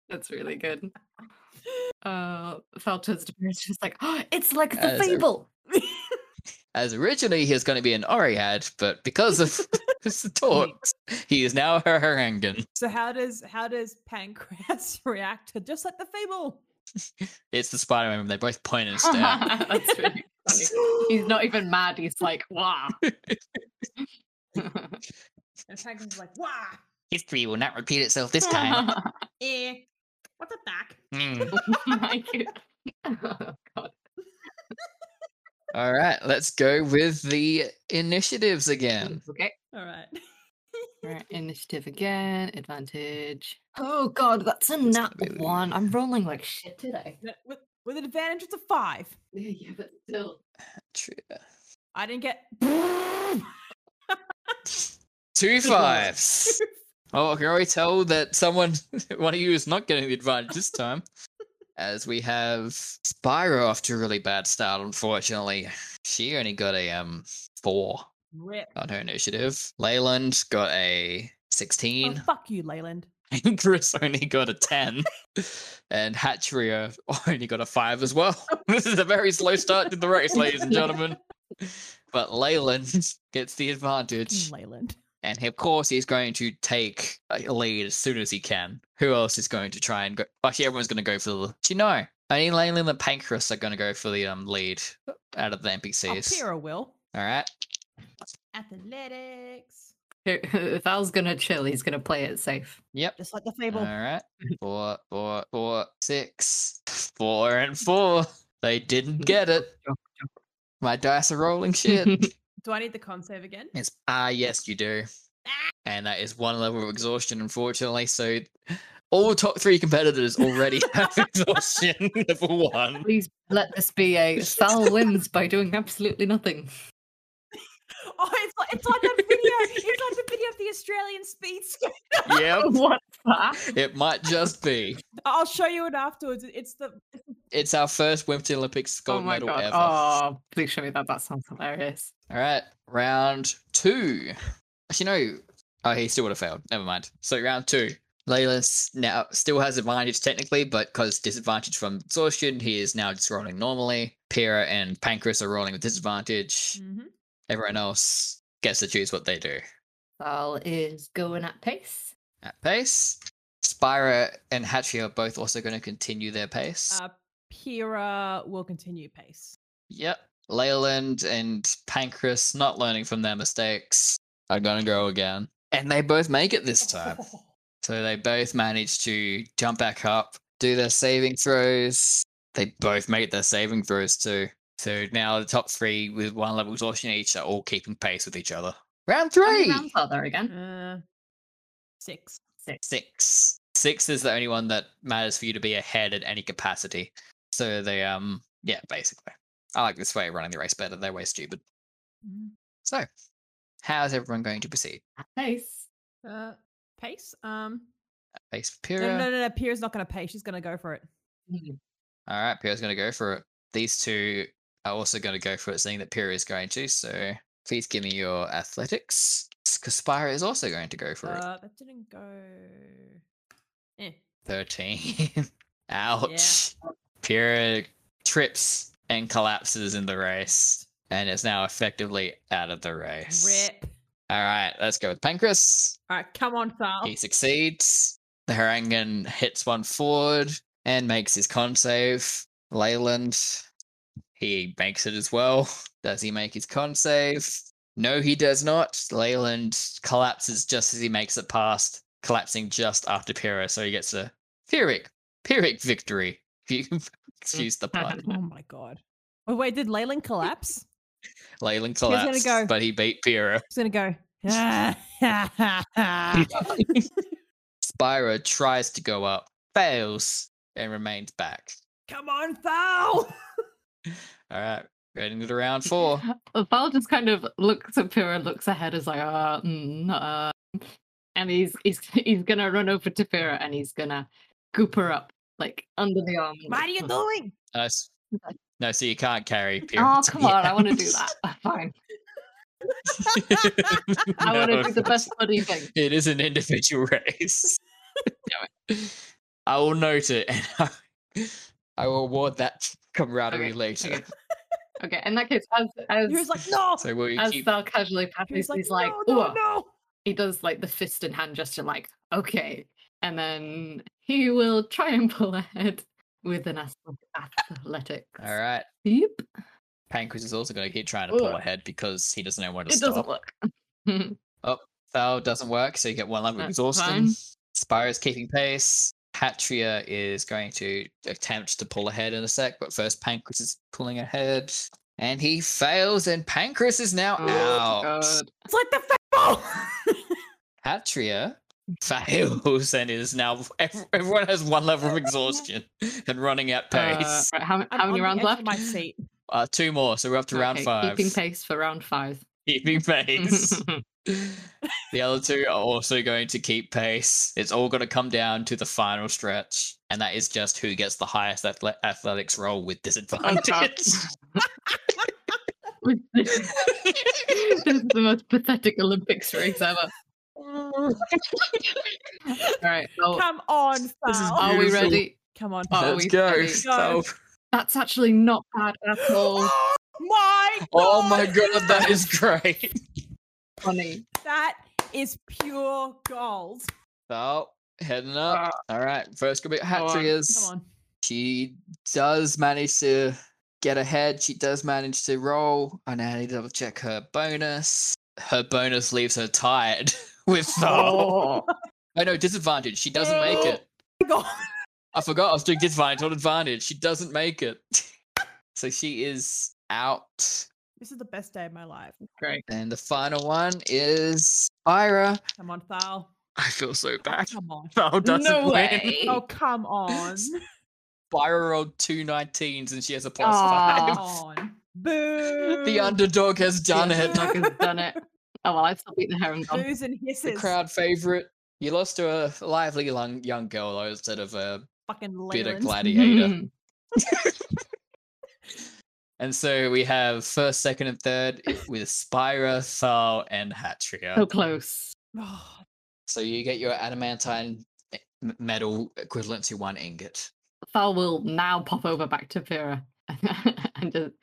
Speaker 4: that's really good. Uh, Val turns to Pyrrha. She's like, oh, it's like the
Speaker 1: As a-
Speaker 4: fable.
Speaker 1: As originally he was going to be an Oriad, but because [laughs] of his talks, he is now a Harangan.
Speaker 2: so how does how does Pancras [laughs] react to just like the fable?
Speaker 1: It's the Spider Man, they both point and
Speaker 4: [laughs]
Speaker 1: stare.
Speaker 4: That's really funny. He's not even mad. He's like,
Speaker 1: [laughs]
Speaker 4: wow.
Speaker 2: And Pancras is like, "Wah,
Speaker 1: [laughs] History will not repeat itself this time.
Speaker 4: [laughs]
Speaker 2: eh, what the fuck?"
Speaker 1: Hmm.
Speaker 4: [laughs] My God.
Speaker 1: [laughs] All right, let's go with the initiatives [laughs] again.
Speaker 4: Okay.
Speaker 2: All right. [laughs]
Speaker 4: Right, initiative again. Advantage.
Speaker 3: Oh god, that's a nat
Speaker 1: be the-
Speaker 3: one. I'm
Speaker 4: [laughs]
Speaker 3: rolling like shit today.
Speaker 2: Th- With, with an advantage, it's a five.
Speaker 4: Yeah, yeah, but still. [laughs]
Speaker 1: True.
Speaker 2: I didn't get. [laughs]
Speaker 1: Two fives. [laughs] Oh, I can already tell that someone, one of you is not getting the advantage this time. as we have Spyro off to a really bad start, unfortunately. She only got a um four
Speaker 2: Rip.
Speaker 1: on her initiative. Leyland got a
Speaker 2: Oh,
Speaker 1: 16.
Speaker 2: fuck you, Leyland.
Speaker 1: [laughs] and Chris only got a 10. and Hatcheria only got a 5 as well. [laughs] this is a very slow start to the race, ladies and gentlemen. But Leyland gets the advantage.
Speaker 2: Leyland.
Speaker 1: And he- of course, he's going to take a lead as soon as he can. Who else is going to try and go? Actually, everyone's going to go for the. Do you know? Only Leyland and Pancras are going to go for the um lead out of the NPCs.
Speaker 2: Alpira will.
Speaker 1: All right.
Speaker 2: Athletics.
Speaker 4: If Val's gonna chill, he's gonna play it safe.
Speaker 1: Yep.
Speaker 2: Just like the
Speaker 1: All
Speaker 2: fable.
Speaker 1: right. Four, four, four, six, four, and four. They didn't get it. My dice are rolling shit.
Speaker 2: Do I need the con save again? [laughs]
Speaker 1: it's ah, yes, you do. And that is one level of exhaustion, unfortunately. So all top three competitors
Speaker 4: [laughs]
Speaker 1: already have exhaustion [laughs] level one.
Speaker 4: Please let this be [laughs] a Val wins by doing absolutely nothing.
Speaker 2: Oh, it's like it's like that video. it's like the video of the Australian speed. skater.
Speaker 1: Yep.
Speaker 4: [laughs] [laughs] What's that?
Speaker 1: It might just be.
Speaker 2: I'll show you it afterwards. It's the
Speaker 1: It's our first Winter Olympics gold
Speaker 4: oh my
Speaker 1: medal
Speaker 4: god!
Speaker 1: ever.
Speaker 4: Oh, please show me that. That sounds hilarious.
Speaker 1: All right, round two. Actually, no. Oh, he still would have failed. Never mind. So round two. Layla now still has advantage technically, but because disadvantage from exhaustion, he is now just rolling normally. Pyrrha and Pancras are rolling with disadvantage.
Speaker 2: Mhm.
Speaker 1: Everyone else gets to choose what they do.
Speaker 4: Val is going at pace.
Speaker 1: At pace, Spyra and Hatchie are both also going to continue their pace.
Speaker 2: uh, Pira will continue pace.
Speaker 1: Yep. Leyland and Pancras, not learning from their mistakes, are going to go again. And they both make it this time. So they both manage to jump back up, do their saving throws. They both make their saving throws too. So now the top three with one level exhaustion each are all keeping pace with each other. Round
Speaker 4: How many
Speaker 1: three!
Speaker 4: rounds are there again.
Speaker 2: [laughs] Uh, six.
Speaker 1: Six. Six is the only one that matters for you to be ahead at any capacity. So they, um, yeah, basically. I like this way of running the race better. They're way stupid.
Speaker 2: Mhm.
Speaker 1: So, how's everyone going to proceed?
Speaker 4: At [laughs] pace.
Speaker 2: Uh, pace. Um,
Speaker 1: Pace for
Speaker 2: no,
Speaker 1: Pyrrha.
Speaker 2: no, no, no. Pira's not going to pace. She's going to go for it.
Speaker 4: Hmm.
Speaker 1: All right, Pierre's going to go for it. These two are also going to go for it, seeing that Pierre is going to. So please give me your athletics. Because Spyra is also going to go for it.
Speaker 2: Uh, that didn't go. Eh.
Speaker 1: [laughs] 13. Ouch. Pierre trips and collapses in the race and is now effectively out of the race.
Speaker 2: Rip.
Speaker 1: All right, let's go with Pancras.
Speaker 2: All right, come on, Thal.
Speaker 1: He succeeds. The Harangan hits one forward and makes his con save. Leyland, he makes it as well. Does he make his con save? No, he does not. Leyland collapses just as he makes it past, collapsing just after Pyrrha, so he gets a Pyrrhic, Pyrrhic victory. If you [laughs] excuse the
Speaker 2: [laughs]
Speaker 1: pun.
Speaker 2: Oh my god. Oh wait, did
Speaker 4: [laughs]
Speaker 2: Leyland collapse?
Speaker 1: Leyland
Speaker 2: gonna
Speaker 1: collapsed,
Speaker 2: go.
Speaker 1: but he beat Pyrrha.
Speaker 2: He's
Speaker 4: [laughs]
Speaker 2: gonna go. [laughs] come
Speaker 1: Spyro tries to go up, fails, and remains back.
Speaker 2: on, Thal.
Speaker 1: All right, going into
Speaker 2: [laughs]
Speaker 1: round four.
Speaker 4: [laughs] Val just kind of looks at Pyrrha, looks ahead, is like, uh, mm, uh, and he's he's he's gonna run over to Pyrrha and he's gonna goop her up like under the arm.
Speaker 2: What are you
Speaker 4: [laughs]
Speaker 2: doing?
Speaker 1: No, s- no, so you can't carry.
Speaker 4: Oh
Speaker 1: pyramids
Speaker 4: come
Speaker 1: yet.
Speaker 4: on! I want to do
Speaker 1: [laughs]
Speaker 4: that. [laughs]
Speaker 2: [laughs]
Speaker 4: Fine. I want
Speaker 1: No,
Speaker 4: to do the best bloody
Speaker 1: unfortunately.
Speaker 4: thing.
Speaker 1: It is an individual [laughs] race. I will note it, and [laughs] I, I will award that camaraderie
Speaker 4: Okay,
Speaker 1: later.
Speaker 4: okay. Okay. In that case, as
Speaker 2: He was
Speaker 4: as
Speaker 2: like, no.
Speaker 1: So will you
Speaker 4: as
Speaker 1: keep?
Speaker 4: Val casually
Speaker 2: He
Speaker 4: passes,
Speaker 2: was like,
Speaker 4: he's like,
Speaker 2: no,
Speaker 4: oh,
Speaker 2: no, no.
Speaker 4: he does like the fist and hand gesture, like, okay. And then he will try and pull [laughs] ahead with an ath- athletics.
Speaker 1: All right,
Speaker 4: Yep.
Speaker 1: Pancras is also going to keep trying to pull
Speaker 4: Ugh.
Speaker 1: ahead because he doesn't know when to
Speaker 4: It
Speaker 1: stop.
Speaker 4: doesn't work. [laughs]
Speaker 1: Foul doesn't work, so you get one level of
Speaker 4: That's
Speaker 1: exhaustion.
Speaker 4: fine.
Speaker 1: Spyro's keeping pace. Hatria is going to attempt to pull ahead in a sec, but first Pancras is pulling ahead. And he fails, and Pancras is
Speaker 3: Oh,
Speaker 1: now out.
Speaker 4: Oh, God.
Speaker 2: It's like the fable.
Speaker 1: Hatria [laughs] fails and is now. ev- Everyone has one level of exhaustion and running at
Speaker 4: Uh,
Speaker 1: pace.
Speaker 4: right, how, ma-
Speaker 2: [laughs] I'm
Speaker 4: how many
Speaker 2: on the
Speaker 4: rounds
Speaker 2: edge of
Speaker 4: left?
Speaker 2: My
Speaker 4: [laughs]
Speaker 2: seat.
Speaker 1: Uh, two more, so we're up to round
Speaker 4: Okay,
Speaker 1: five.
Speaker 4: Keeping pace for round five. [laughs]
Speaker 1: Keeping pace.
Speaker 3: [laughs]
Speaker 1: the other two are also going to keep pace. It's all going to come down to the final stretch. and that is just who gets the highest athle- athletics roll with [laughs]
Speaker 3: [laughs]
Speaker 1: disadvantage.
Speaker 3: this is the most pathetic Olympics race ever. All right. Oh,
Speaker 2: Come on,
Speaker 1: This is
Speaker 2: Sal.
Speaker 3: are we
Speaker 1: beautiful.
Speaker 3: ready?
Speaker 2: Come on.
Speaker 3: Oh,
Speaker 2: Sal.
Speaker 3: we-
Speaker 1: Let's go.
Speaker 3: ready?
Speaker 1: So-
Speaker 3: That's actually not bad
Speaker 2: [gasps]
Speaker 3: at all.
Speaker 2: my god.
Speaker 1: oh my god, that
Speaker 2: [laughs]
Speaker 1: is great.
Speaker 3: Funny.
Speaker 2: That is pure gold.
Speaker 1: So heading
Speaker 2: Uh,
Speaker 1: up. All right, first gonna be Hatry is
Speaker 2: Come on.
Speaker 1: she does manage to get ahead. She does manage to roll. I now need to double check her bonus. Her bonus leaves her tied [laughs] with
Speaker 2: Oh.
Speaker 1: Thal.
Speaker 3: Oh.
Speaker 2: [laughs]
Speaker 1: I know disadvantage. She doesn't make it.
Speaker 2: God.
Speaker 3: [gasps]
Speaker 1: I forgot I was doing disadvantage, not advantage. She doesn't make it. [laughs] so she is out.
Speaker 2: This is the best day of my life.
Speaker 3: Great.
Speaker 1: And the final one is Ira.
Speaker 2: Come on, Thal.
Speaker 1: I feel so bad. [laughs]
Speaker 2: Come on.
Speaker 1: Thal doesn't
Speaker 3: no
Speaker 1: win.
Speaker 3: way.
Speaker 2: Oh, come on.
Speaker 1: Ira rolled two 19s and she has a plus
Speaker 3: Aw.
Speaker 2: Come
Speaker 1: five.
Speaker 2: on. Boo.
Speaker 3: [laughs]
Speaker 1: The underdog has done
Speaker 3: Yeah,
Speaker 1: it.
Speaker 3: Doug has done it. Oh well, I've still beaten the Heron Gone.
Speaker 2: [laughs] Boos and
Speaker 1: [laughs] The
Speaker 2: hisses.
Speaker 1: crowd favorite. You lost to a lively young, young girl though, instead of a
Speaker 2: Fucking
Speaker 1: bit of
Speaker 2: Leyland.
Speaker 3: [laughs]
Speaker 1: gladiator. and so we have first, second, and third i- with Spira, Thal, and Hatria.
Speaker 3: so close.
Speaker 2: Oh,
Speaker 1: So you get your adamantine e- m- medal equivalent to one ingot.
Speaker 3: Thal will now pop over back to Vera [laughs] and just,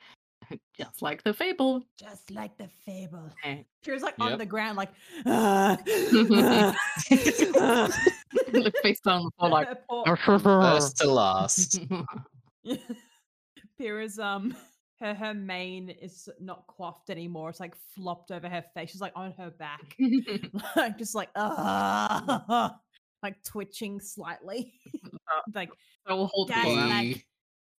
Speaker 3: just like the fable.
Speaker 2: [sighs] just like the fable.
Speaker 3: Okay.
Speaker 2: She was like on
Speaker 1: Yep.
Speaker 2: the ground,
Speaker 1: [laughs]
Speaker 3: [laughs]
Speaker 2: like, [laughs] ah, ah, ah.
Speaker 3: Look face down on the
Speaker 2: [laughs]
Speaker 3: floor like
Speaker 2: Her
Speaker 1: [laughs]
Speaker 2: poor-
Speaker 1: First to last.
Speaker 2: [laughs] Pira's um her her mane is not coiffed anymore. It's like flopped over her face. She's like on her back,
Speaker 3: [laughs]
Speaker 2: [laughs] like just like ah, [laughs] like twitching slightly, [laughs] like
Speaker 3: I will hold the
Speaker 2: Guys,
Speaker 3: ball out.
Speaker 2: like-
Speaker 1: We,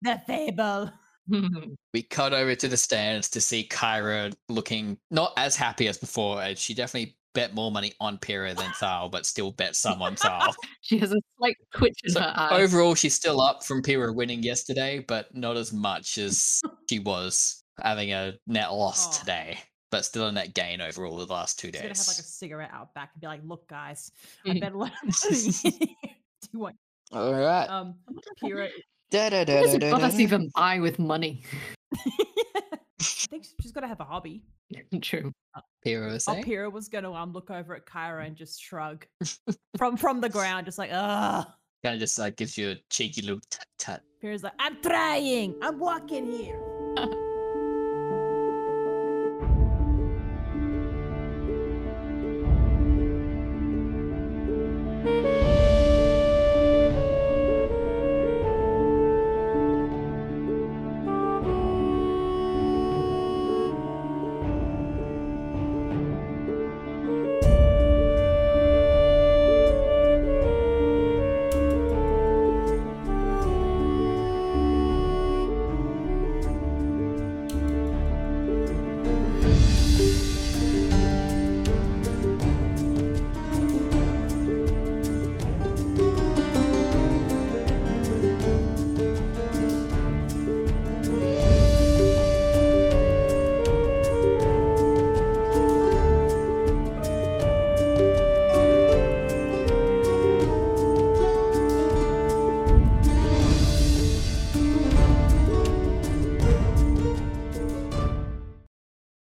Speaker 2: the fable. [laughs]
Speaker 1: we cut over to the stands to see Kyra looking not as happy as before. and She definitely bet more money on Pyrrha [laughs] than Thal, but still bet some on [laughs] Thal.
Speaker 3: [laughs] she has a slight twitch in
Speaker 1: So,
Speaker 3: her eye.
Speaker 1: Overall, she's still up from Pyrrha winning yesterday, but not as much [laughs] as she was having a net loss
Speaker 2: Aw.
Speaker 1: today, but still a net gain overall the last two
Speaker 2: She's gonna have like a
Speaker 1: days.
Speaker 2: cigarette out back and be like, "Look, guys, I
Speaker 3: Mhm.
Speaker 2: better learn." [laughs] Do you want
Speaker 1: All
Speaker 3: Oh.
Speaker 1: right.
Speaker 2: um Pyrrha?
Speaker 3: What does Goddess even buy with money? [laughs]
Speaker 2: I think she's- she's gotta have a hobby.
Speaker 3: True.
Speaker 1: Pyrrha was
Speaker 2: Oh,
Speaker 1: saying?
Speaker 2: Pyrrha was gonna um look over at Kyra and just shrug from from the ground, just like ah.
Speaker 1: kind of just like gives you a cheeky little tut tut.
Speaker 2: Pyrrha's like, I'm trying, I'm walking here.